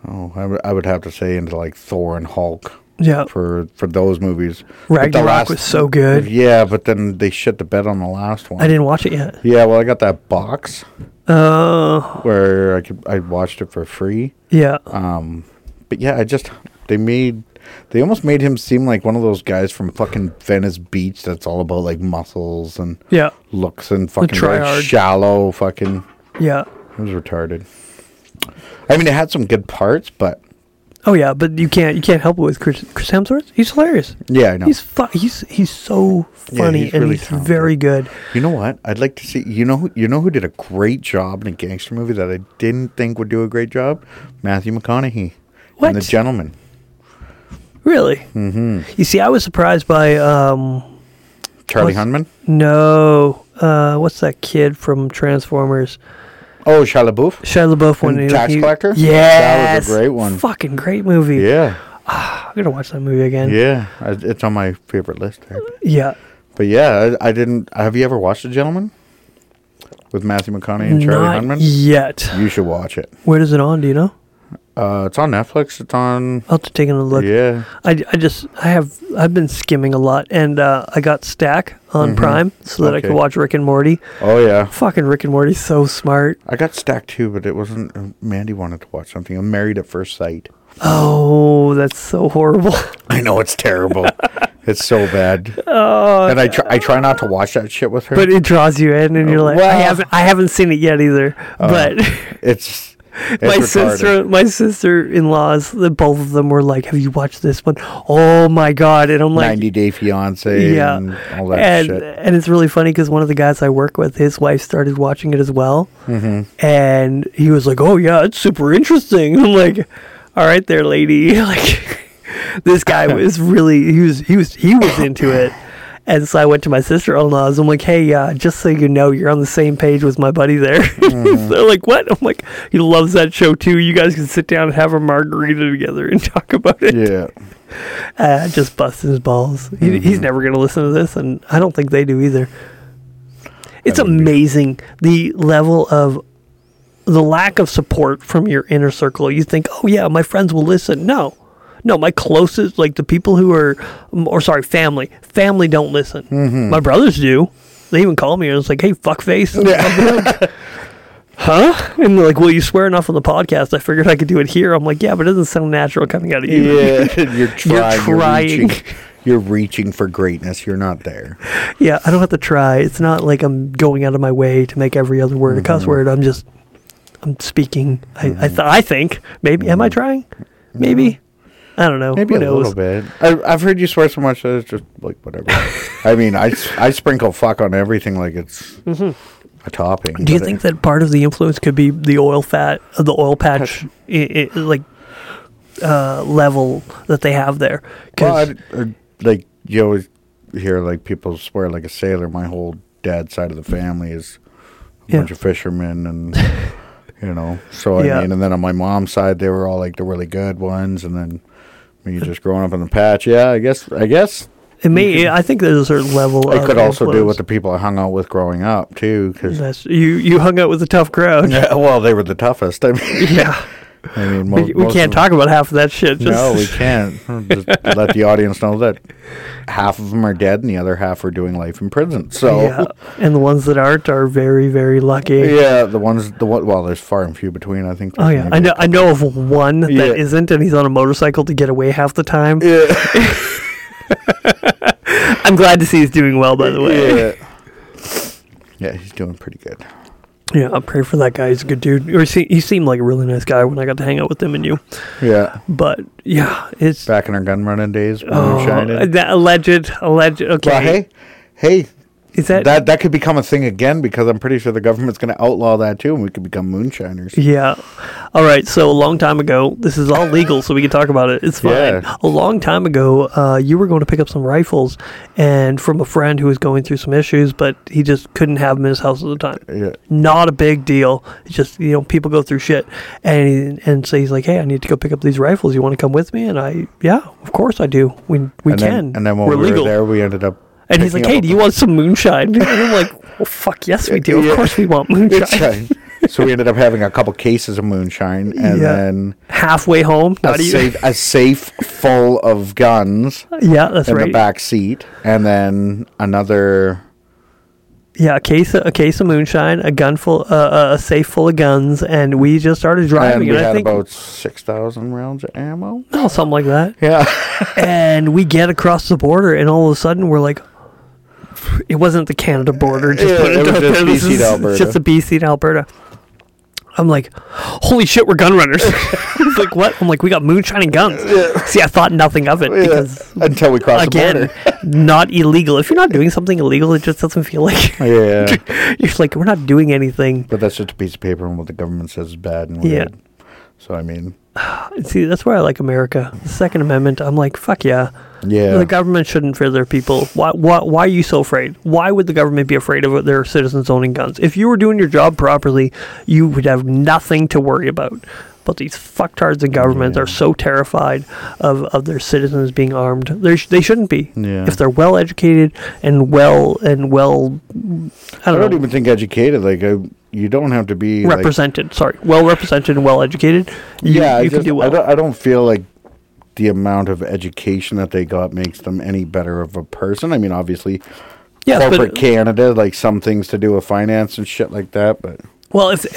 oh, I would- I would have to say into like Thor and Hulk
Yeah.
for for those movies. But the
Ragnarok
last-
was so good.
Yeah, but then they shit the bed on the last one.
I didn't watch it yet.
Yeah, well, I got that box
Oh,
where I could I watched it for free.
yeah.
Um, but yeah, I just they made they almost made him seem like one of those guys from fucking Venice Beach that's all about like muscles and
yeah.
looks and fucking very
tryhard.
shallow fucking.
Yeah.
It was retarded. I mean, it had some good parts, but
Oh yeah, but you can't you can't help it with Chris, Chris Hemsworth. He's hilarious.
yeah, I know.
He's fu- he's he's so
Yeah,
funny
he's
and
really
he's
talented.
very good.
you know what? I'd like to see. You know, who- you know who did a great job in a gangster movie that I didn't think would do a great job? Matthew McConaughey
What?
and The Gentleman.
Really? Mm-hmm. You see, I was surprised by um
Charlie
What's-
Hunman.
no, uh, what's that kid from Transformers?
Oh, Shia LaBeouf.
Shia LaBeouf when
And
he,
Tax
he-
Collector? That
Yes,
was a great one.
Fucking great movie.
Yeah,
I'm gonna watch that movie again.
yeah. I- It's on my favorite list. Here.
Yeah.
But yeah, I, I didn't. Have you ever watched The Gentleman with Matthew McConaughey and Charlie
Not
Hunman?
yet.
You should watch it.
Where does it on? Do you know?
Uh, it's on Netflix. It's on.
I'll have to take a look.
Yeah.
I, I just I have I've been skimming a lot and uh, I got Stack on Prime so that I could
Mm-hmm. Okay.
watch Rick and Morty.
Oh yeah.
Fucking Rick and Morty's so smart.
I got stacked too, but it wasn't. uh, Mandy wanted to watch something. I'm married at first sight.
Oh, that's so horrible. (laughs)
I know it's terrible. it's so bad. and I try, I try not to watch that shit with her.
Oh, but it draws you in and you're like I
Well- Oh,
haven't I haven't seen it yet either. but
it's,
(laughs)
it's
my
retarded.
sister my sister in laws, the both of them were like, Have you watched this one? Oh my god and I'm like
90 Day Fiance.
Yeah.
and all that
and
shit.
and it's really funny because one of the guys I work with, his wife started watching it as well,
Mm-hmm.
and he was like, "Oh yeah, it's super interesting." (laughs) I'm like, "All right, there, lady." (laughs) Like, this
(laughs)
guy was really he was he was he was into it. And so I went to my sister-in-law's. I'm like, "Hey, uh, just so you know, you're on the same page with my buddy there." (laughs)
Mm-hmm.
They're like, "What?" I'm like, "He loves that show too. You guys can sit down and have a margarita together and talk about it."
Yeah.
Uh, just busting his balls. He, He's never going to listen to this, and I don't think they do either. It's
wouldn't be-
amazing the level of the lack of support from your inner circle. You think, oh, yeah, my friends will listen. No. No, my closest, like the people who are, m- or sorry, family. Family don't listen. My brothers do. They even call me and it's like, hey, fuckface. And I'm like, huh? And they're like, well, you swear enough on the podcast. I figured I could do it here. I'm like, yeah, but it doesn't sound natural coming out of you. (laughs)
Yeah. You're trying. You're,
trying.
reaching. You're reaching for greatness. You're not there.
Yeah, I don't have to try. It's not like I'm going out of my way to make every other word a
Mm-hmm.
cuss word. I'm just, I'm speaking. I, I, th- I think maybe. Am I trying? Maybe. I don't know.
Mm-hmm. Maybe
Who
a
knows?
little bit. I, I've heard you swear so much that it's just like
(laughs)
whatever. I mean, I, s- I sprinkle fuck on everything like it's a topping.
Mm-hmm. Do you
but
think that part of the influence could be the oil fat, uh, the oil patch, i i like uh, level that they have there? 'Cause-
Well, I- I- like you always hear like people swear like a sailor. My whole dad's side of the family is a
Yeah.
bunch of
(laughs)
fishermen and you know. So I
Yeah.
mean, and then on my mom's side, they were all like the really good ones, and then me just growing up in the patch. Yeah, I guess I guess
it may. I think there's a certain level.
I
of
could also do with
influence.
the people I hung out with growing up too, because (laughs)
That's, you you hung out with a tough crowd.
well, they were the toughest. I mean,
(laughs) yeah.
I mean, mo-
We, we
most
can't
of-
talk about half of that shit. Just,
No, we
(laughs)
can't. Just let the audience know that half of them are dead and the other half are doing life in prison. So
Yeah, and the ones that aren't are very, very lucky.
Yeah, the ones the one well, there's far and few between. I think.
Oh yeah, I know. I know of one that
Yeah.
not and he's on a motorcycle to get away half the time.
Yeah,
(laughs) I'm glad to see he's doing well, by the way.
yeah. Yeah, he's doing pretty good.
Yeah, I pray for that guy. He's a good dude. Or he, he seemed like a really nice guy when I got to hang out with him and you.
Yeah,
But yeah, it's
back in our gun running days, when we
oh,
shining.
that alleged, alleged. Okay,
Well, hey, hey,
is that,
that that could become a thing again because I'm pretty sure the government's going to outlaw that too, and we could become moonshiners.
Yeah. All right. So a long time ago, this is all legal, so we can talk about it. It's fine.
Yeah.
A long time ago, uh, you were going to pick up some rifles, and from a friend who was going through some issues, but he just couldn't have them in his house at the time.
Yeah.
Not a big deal. It's just you know people go through shit, and and so he's like, hey, I need to go pick up these rifles. You want to come with me? And I, yeah, of course I do. We we can.
and Then, and then when
we're
we
legal.
were there, we ended up.
and he's like,
picking
hey,
up
do
a
you want some moonshine? (laughs) And I'm like, well, fuck yes, we do.
Yeah.
Of course we want moonshine. (laughs)
moonshine. (laughs) so we ended up having a couple cases of moonshine, and
Yeah.
then
Halfway home,
a
not even.
safe, a safe full of guns
Yeah, that's
in
right.
the back seat, and then another.
Yeah, a case of, a case of moonshine, a gun full, uh, a safe full of guns, and we just started
And
driving.
we
And, I
had
think
about six thousand rounds of ammo.
no, something like that.
(laughs) Yeah,
and we get across the border, and all of a sudden we're like, it wasn't the Canada border. Just
Yeah,
put
it was
out
just
there, this
BC
is-
to
it's
Alberta.
Just a BC to Alberta. I'm like, holy shit, we're gun
(laughs)
runners. (laughs) It's like what? I'm like, we got moonshine and guns. See, I thought nothing of it because
until we crossed
again, not illegal. If you're not doing something illegal, it just doesn't feel like. (laughs)
the border. Yeah,
You're like, we're not doing anything
but that's just a piece of paper, and what the government says is bad and
Yeah.
weird. So I mean,
See, that's where I like America. The Second Amendment. I'm like, fuck yeah.
yeah,
The government shouldn't fear their people. Why, why, why are you so afraid? Why would the government be afraid of their citizens owning guns? If you were doing your job properly, you would have nothing to worry about. But these fucktards in government are so terrified of, of their citizens being armed. They sh- they shouldn't be.
Yeah.
If they're well educated and well and well, I
I
don't
don't
know,
even think educated. Like I, you don't have to be like,
represented. sorry, well represented and well educated. You,
yeah, I,
you
just,
can do well.
I, don't, I don't feel like the amount of education that they got makes them any better of a person. I mean, obviously,
Yes, but-
corporate Canada, like some things to do with finance and shit like that. But
Well, if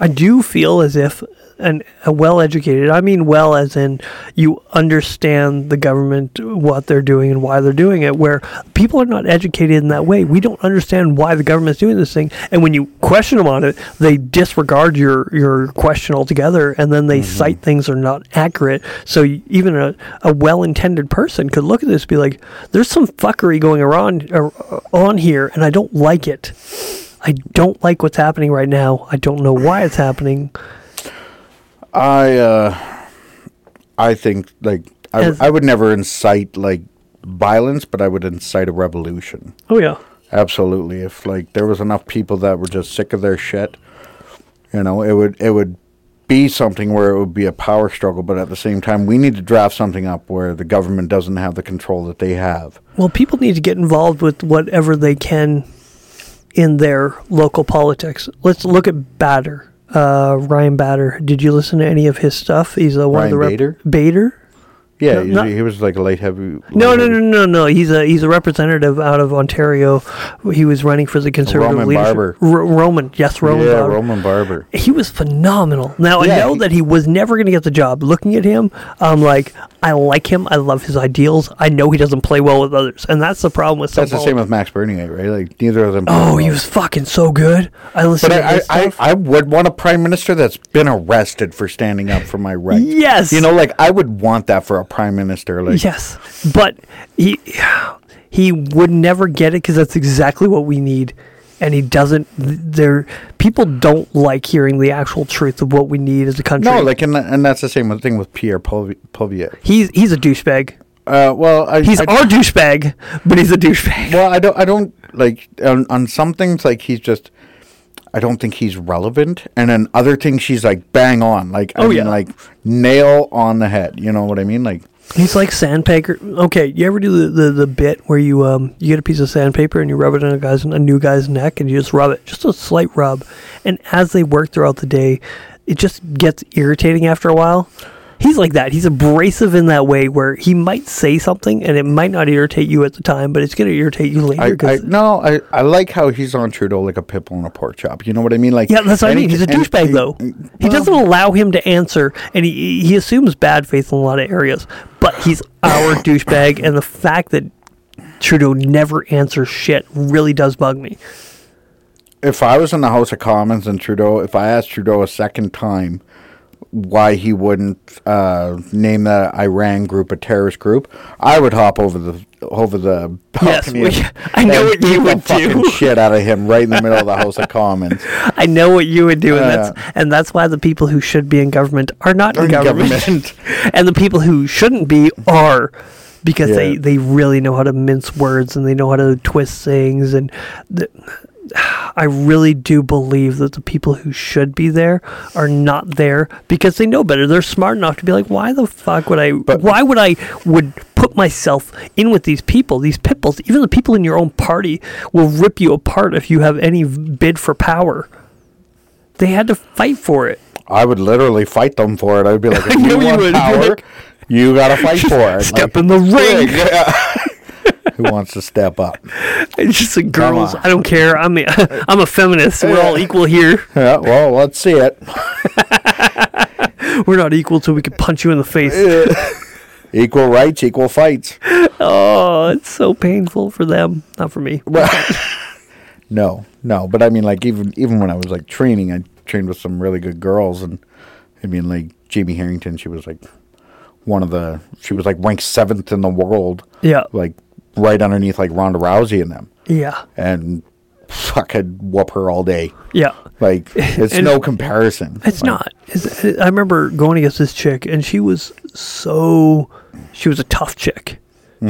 I do feel as if an, a well-educated, I mean well as in you understand the government, what they're doing and why they're doing it, where people are not educated in that way. We don't understand why the government's doing this thing. And when you question them on it, they disregard your, your question altogether and then they cite things that are not accurate. So y- even a, a well-intended person could look at this and be like, there's some fuckery going around, uh, on here and I don't like it. I don't like what's happening right now. I don't know why it's happening.
I, uh, I think like I,
As-
I would never incite like violence, but I would incite a revolution.
(laughs) Oh yeah.
Absolutely. If like there was enough people that were just sick of their shit, you know, it would it would be something where it would be a power struggle, but at the same time we need to draft something up where the government doesn't have the control that they have.
Well, people need to get involved with whatever they can in their local politics. Let's look at Batter. Uh, Ryan Batter. Did you listen to any of his stuff? He's uh, one of
Ryan
the rep-
Bader?
Bader? No,
Yeah, he,
no-
he was like a light heavy
No, no, no, no, no. He's a he's a representative out of Ontario. He was running for the Conservative
Roman
leadership.
Barber.
Ro- Roman, yes, Roman
yeah,
Barber.
Roman Barber.
he was phenomenal. Now I
Yeah,
know
he-
that he was never going to get the job. Looking at him, I'm like, I like him. I love his ideals. I know he doesn't play well with others, and that's the problem with some.
That's the same with Max Bernier, right? Like neither of them.
Oh, he was fucking so good. I listened
But
to
I, I,
his
I,
stuff.
I would want a prime minister that's been arrested for standing up for my rights.
(laughs) Yes.
You know, like I would want that for a prime minister. Like
yes, but he he would never get it because that's exactly what we need. And he doesn't. There, people don't like hearing the actual truth of what we need as a country.
No, like, and, and that's the same thing with Pierre Pulvi- Pulvier.
he's he's a douchebag.
Uh, well, I,
He's
I,
our douchebag, but he's a douchebag.
well, I don't, I don't like on, on some things like he's just. I don't think he's relevant, and then other things she's like bang on, like I
Oh,
mean,
yeah.
like nail on the head. You know what I mean? Like,
He's like sandpaper. Okay, you ever do the, the, the bit where you um you get a piece of sandpaper and you rub it on a guy's a new guy's neck and you just rub it, just a slight rub, and as they work throughout the day, it just gets irritating after a while. He's like that. He's abrasive in that way where he might say something and it might not irritate you at the time, but it's going to irritate you
I,
later.
I
'cause-
no, I, I like how he's on Trudeau like a pit bull in a pork chop. You know what I mean? Like
yeah, that's what I
any-
mean. He's a
any-
douchebag, though. He
well,
doesn't allow him to answer, and he he assumes bad faith in a lot of areas. But he's
(coughs)
our douchebag, and the fact that Trudeau never answers shit really does bug me.
If I was in the House of Commons and Trudeau, if I asked Trudeau a second time why he wouldn't uh, name the Iran group a terrorist group, I would hop over the over the
Yes,
balcony.
we-
and
(laughs) I know what you
beat the
would do.
fucking Shit out of him right in the middle of the House
(laughs)
of Commons.
I know what you would do, and
Oh, Yeah.
that's and that's why the people who should be in government are not in
in
government,
government.
(laughs) and the people who shouldn't be are because they
Yeah.
they really know how to mince words and they know how to twist things and. The, I really do believe that the people who should be there are not there because they know better. They're smart enough to be like, why the fuck would I? why would I would put myself in with these people, these pit bulls? Even the people in your own party will rip you apart if you have any bid for power. They had to fight for it.
I would literally fight them for it. I'd be like, if
know
you
you
want
would. You're
power,
like-
you gotta fight for it.
Step
Like,
in the ring.
(laughs) Who wants to step up?
It's just like girls.
on.
I don't care. I'm a, I'm a feminist. We're all equal here.
Yeah, well, let's see it.
We're not equal till we can punch you in the face.
equal rights, equal fights.
Oh, it's so painful for them, not for me.
(laughs) No, no, but I mean, like even even when I was like training, I trained with some really good girls, and I mean, like Jamie Harrington, she was like one of the, she was like ranked seventh in the world,
Yeah.
like right underneath like Ronda Rousey and them,
Yeah.
and fuck, I'd whoop her all day.
Yeah.
(laughs) Like it's
And-
no comparison.
It's
Like,
not. It's, I remember going against this chick, and she was so. She was a tough chick.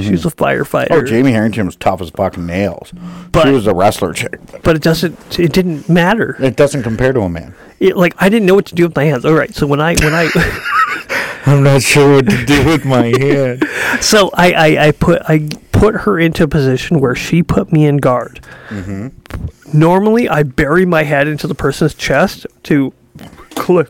She was a firefighter.
Oh, Jamie Harrington was tough as fucking nails.
But-
she was a wrestler chick.
But it doesn't. It didn't matter.
It doesn't compare to a man.
It, like I didn't know what to do with my hands. All right. So when I when I.
I'm not sure what to do with my (laughs) hand.
So I, I, I put I put her into a position where she put me in guard. Normally, I bury my head into the person's chest to cl-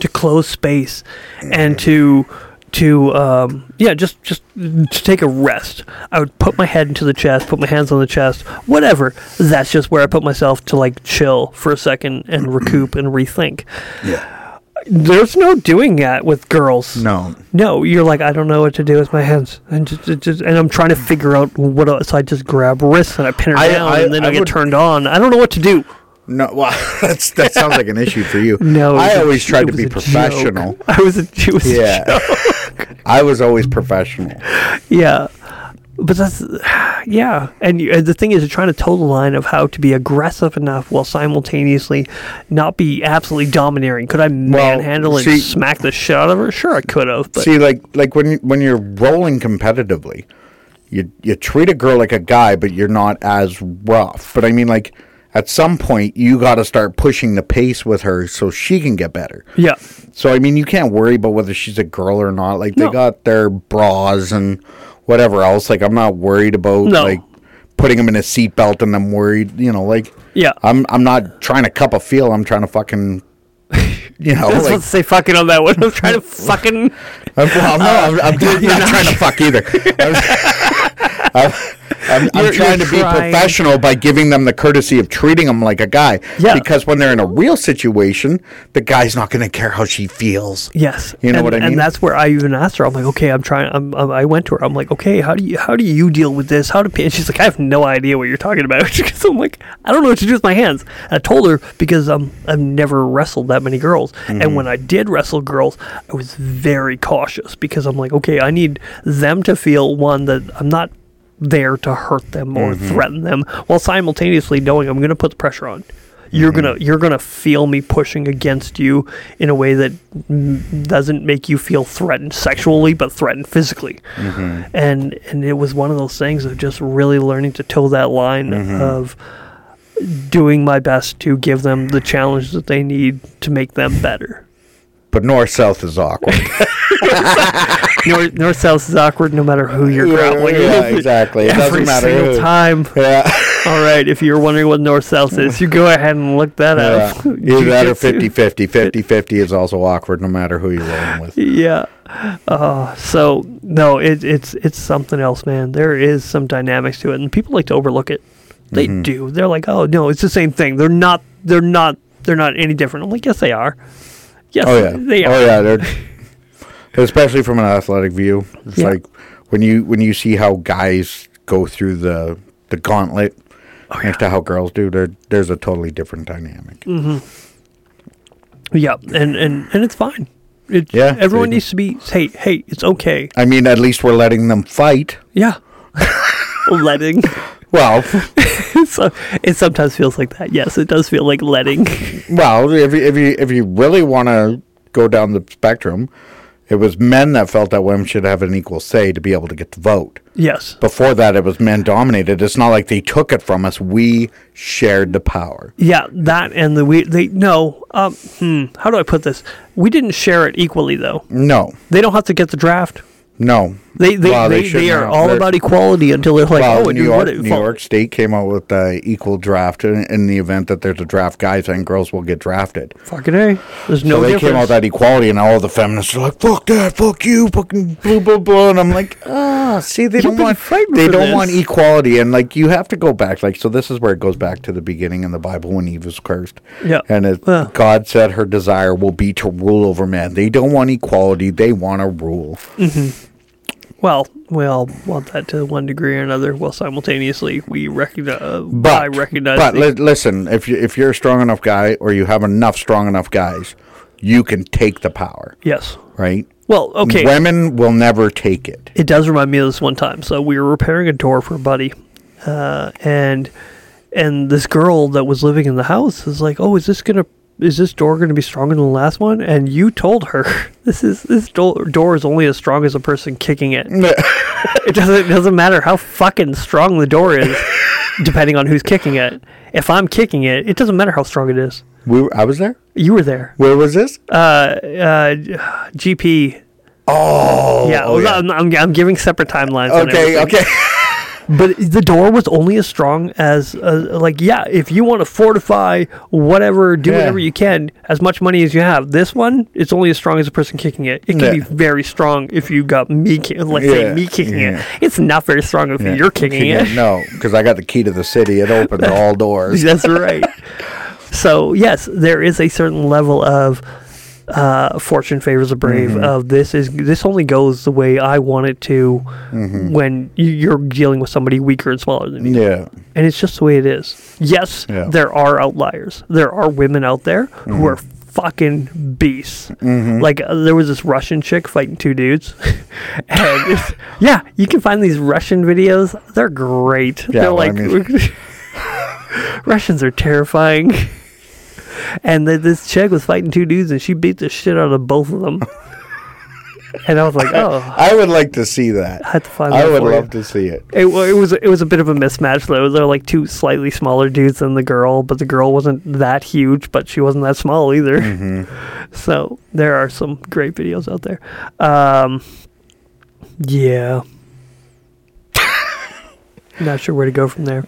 to close space and to to um, yeah just just to take a rest. I would put my head into the chest, put my hands on the chest, whatever. That's just where I put myself to like chill for a second and recoup and rethink.
Yeah.
There's no doing that with girls.
No.
No, you're like I don't know what to do with my hands, and just, it just and I'm trying to figure out what else. So I just grab wrists and I pin her
I-
down,
I-
and then I,
I
get
would-
turned on. I don't know what to do.
No. Well, (laughs) that's that sounds like an issue for you.
(laughs) No, it was
I
a-
always
it
tried to
was
be
a (laughs) joke.
professional.
I was a it was a
Yeah. I was always professional.
Yeah. But that's, (sighs) yeah. And, you, and the thing is, you're trying to toe the line of how to be aggressive enough while simultaneously not be absolutely domineering. Could I manhandle
see-
and smack the shit out of her? Sure, I could have. But
See, like like when you, when you're rolling competitively, you you treat a girl like a guy, but you're not as rough. But I mean, like at some point, you got to start pushing the pace with her so she can get better.
yeah.
So I mean, you can't worry about whether she's a girl or not. Like
No.
they got their bras and whatever else. Like I'm not worried about
No.
like putting them in a seatbelt, and I'm worried. You know, like
Yeah.
I'm I'm not trying to cup a feel. I'm trying to fucking.
(laughs)
You know,
I was
like,
about to say fucking on that one. (laughs) I'm trying to fucking.
I'm, well, no,
(laughs)
I'm, I'm not, trying to fuck either. I'm, I'm- I'm- I'm
You're-
trying
you're
to be
trying.
professional by giving them the courtesy of treating them like a guy.
Yeah.
Because when they're in a real situation, the guy's not going to care how she feels.
Yes,
You know
and,
what I
And
mean?
that's where I even asked her. I'm like, okay, I'm trying. I'm, I'm, I went to her. I'm like, okay, how do you how do you deal with this? How do pa-" and she's like, I have no idea what you're talking about. (laughs) Because I'm like, I don't know what to do with my hands. And I told her because um, I've never wrestled that many girls,
Mm-hmm.
and when I did wrestle girls, I was very cautious because I'm like, okay, I need them to feel one that I'm not there to hurt them or
Mm-hmm.
threaten them while simultaneously knowing I'm going to put the pressure on. You're gonna
Mm-hmm.
you're gonna feel me pushing against you in a way that mm, doesn't make you feel threatened sexually, but threatened physically.
Mm-hmm.
And and it was one of those things of just really learning to toe that line
Mm-hmm.
of doing my best to give them the challenge that they need to make them better.
But north south
(laughs)
is awkward.
North north south is awkward no matter who you're
Yeah,
grappling
yeah,
with.
exactly. It
Every
doesn't matter
single
who.
time.
Yeah.
All right, if you're wondering what north south is, you go ahead and look that
Yeah.
up. (laughs)
Either that or
Jujitsu.
50 50. 50 50 is also awkward no matter who you're rolling with.
Yeah. Uh, so no, it, it's it's something else, man. There is some dynamics to it, and people like to overlook it. They
Mm-hmm.
do. They're like, oh no, it's the same thing. They're not. They're not. They're not any different. I'm like, yes, they are. Yes,
Oh, yeah.
they are.
Oh, yeah.
(laughs)
They're, especially from an athletic view. It's
Yeah.
like when you when you see how guys go through the the gauntlet
Oh,
next to how girls do, there there's a totally different dynamic.
Mm. Yeah, and and and it's fine. It,
Yeah,
everyone
they-
needs to be. Hey, hey, it's okay.
I mean, at least we're letting them fight. (laughs)
Yeah. letting. (laughs)
Well,
so it sometimes feels like that. Yes, it does feel like letting.
well, if you, if you if you really want to go down the spectrum, it was men that felt that women should have an equal say to be able to get to vote.
yes.
Before that, it was men dominated. It's not like they took it from us. We shared the power.
Yeah, that and the we they no. Um, hmm, how do I put this? We didn't share it equally though.
No,
They don't have to get the draft.
no.
They they,
Well,
they,
they
they,
shouldn't
are
have.
all
They're-
about equality until they're like,
Well,
oh,
New
dude,
York,
what it
New
fall-
York State came out with the equal draft in, in the event that there's a draft. Guys and girls will get drafted.
Fucking a. There's no
so they
difference.
came out with that equality, and all the feminists are like, "Fuck that, fuck you, fucking blah blah blah." And I'm like, "Ah, see, they don't
been
want
fighting
they
for
don't
this."
want e equality." And like, you have to go back. Like, so this is where it goes back to the beginning in the Bible when Eve was cursed.
Yeah.
and it,
Well.
God said her desire will be to rule over men. They don't want equality; they want to
(laughs)
rule.
well, we all want that to one degree or another. Well, simultaneously, we recognize.
But
I recognize.
But
the-
li- listen, if you if you're a strong enough guy, or you have enough strong enough guys, you can take the power,
yes.
right?
Well, okay.
Women will never take it. (laughs)
It does remind me of this one time. So we were repairing a door for a buddy, uh, and and this girl that was living in the house is like, "Oh, is this gonna is this door gonna be stronger than the last one?" And you told her, (laughs) "This is this do- door is only as strong as the person kicking
(laughs)
it. it doesn't it doesn't matter how fucking strong the door is, (laughs) depending on who's kicking it. If I'm kicking it, it doesn't matter how strong it is.
We, I was there.
You were there.
Where was this?
Uh, GP."
oh,
Yeah,
oh, yeah.
I'm, I'm, I'm giving separate timelines. on
okay,
everything.
okay.
But the door was only as strong as, uh, like, yeah, if you want to fortify whatever, do
Yeah.
whatever you can, as much money as you have. This one, it's only as strong as the person kicking it. It can be
Yeah.
very strong if you got me, ki- let's say
Yeah,
me kicking
yeah.
it. It's not very strong if (laughs) you're kicking
Yeah,
it.
No, because I got the key to the city. It opens
(laughs)
all doors.
That's right. So yes, there is a certain level of uh, fortune favors the brave.
Mm-hmm.
Of this is this only goes the way I want it to
Mm-hmm.
when you- you're dealing with somebody weaker and smaller than you.
Yeah,
And it's just the way it is. Yes,
Yeah. Mm-hmm.
there are outliers. There are women out there who are fucking beasts. Like uh, there was this Russian chick fighting two dudes. (laughs) and
(laughs)
it's, yeah, you can find these Russian videos. They're great.
Yeah,
They're
well, I
like
mean-
(laughs) Russians are terrifying. (laughs) and th- this chick was fighting two dudes and she beat the shit out of both of
(laughs)
them. and I was like, "Oh,
I would like to see that.
I had to find
I
that
would
for you.
love to see it.
It, wa- it was it was a bit of a mismatch though. They're like two slightly smaller dudes than the girl, but the girl wasn't that huge, but she wasn't that small either.
Mm-hmm.
(laughs) So there are some great videos out there. Um, yeah, (laughs) not sure where to go from there.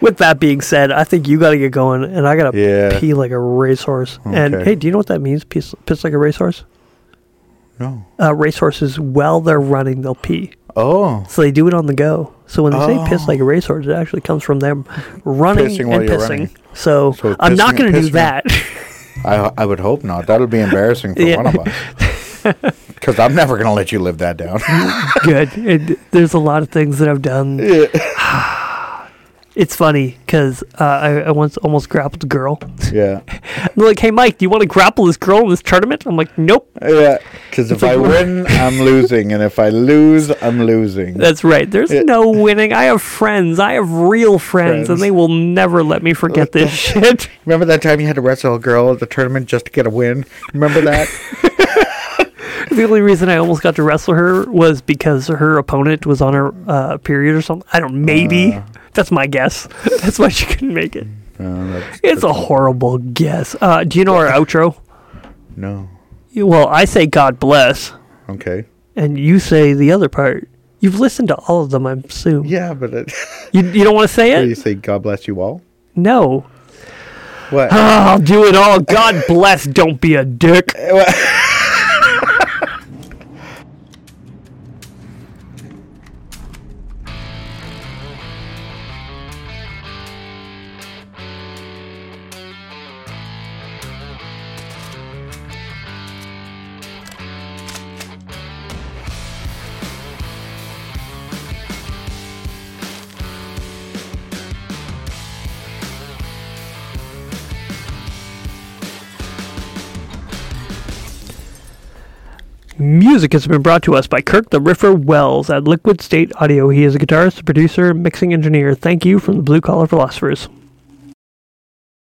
With that being said, I think you got to get going, and I got to
Yeah.
pee like a racehorse. And
Okay.
hey, do you know what that means? Piss, piss like a racehorse.
No.
Uh, racehorses, while they're running, they'll pee.
Oh,
So they do it on the go. So when they say piss
Oh.
like a racehorse, it actually comes from them running
Pissing while
and
you're
pissing.
running.
So,
So
I'm not
pissing-
going to do
pissing-
that. (laughs)
I I would hope not. That would be embarrassing for
Yeah.
one of us.
(laughs)
Because I'm never gonna let you live that down.
Good. And there's a lot of things that I've done. it's funny because uh, I, I once almost grappled a girl. (laughs)
yeah,
They're like, "Hey, Mike, do you want to grapple this girl in this tournament?" I'm like, "Nope."
yeah. Because if
like
I
we're-
win, I'm losing, and if I lose, I'm losing.
That's right. There's no winning. I have friends. I have real friends, and
Friends.
they will never let me forget
(laughs)
this shit.
Remember that time you had to wrestle a girl at the tournament just to get a win?
(laughs)
Remember that?
The only reason I almost got to wrestle her was because her opponent was on her uh, period or something. I don't. Maybe
Uh.
that's my guess. (laughs) that's why she couldn't make it.
no, that's,
It's a horrible guess. Uh, do you know our outro?
no.
You- Well, I say God bless,
Okay.
and you say the other part. You've listened to all of them, I assume.
Yeah, but it, (laughs)
You, you don't want to say
what do you
it?
say? God bless you all.
No.
What?
I'll do it all.
(laughs)
God bless. Don't be a dick. Music has been brought to us by Kirk the Riffer Wells at Liquid State Audio. He is a guitarist, producer, and mixing engineer. Thank you from the Blue Collar Philosophers.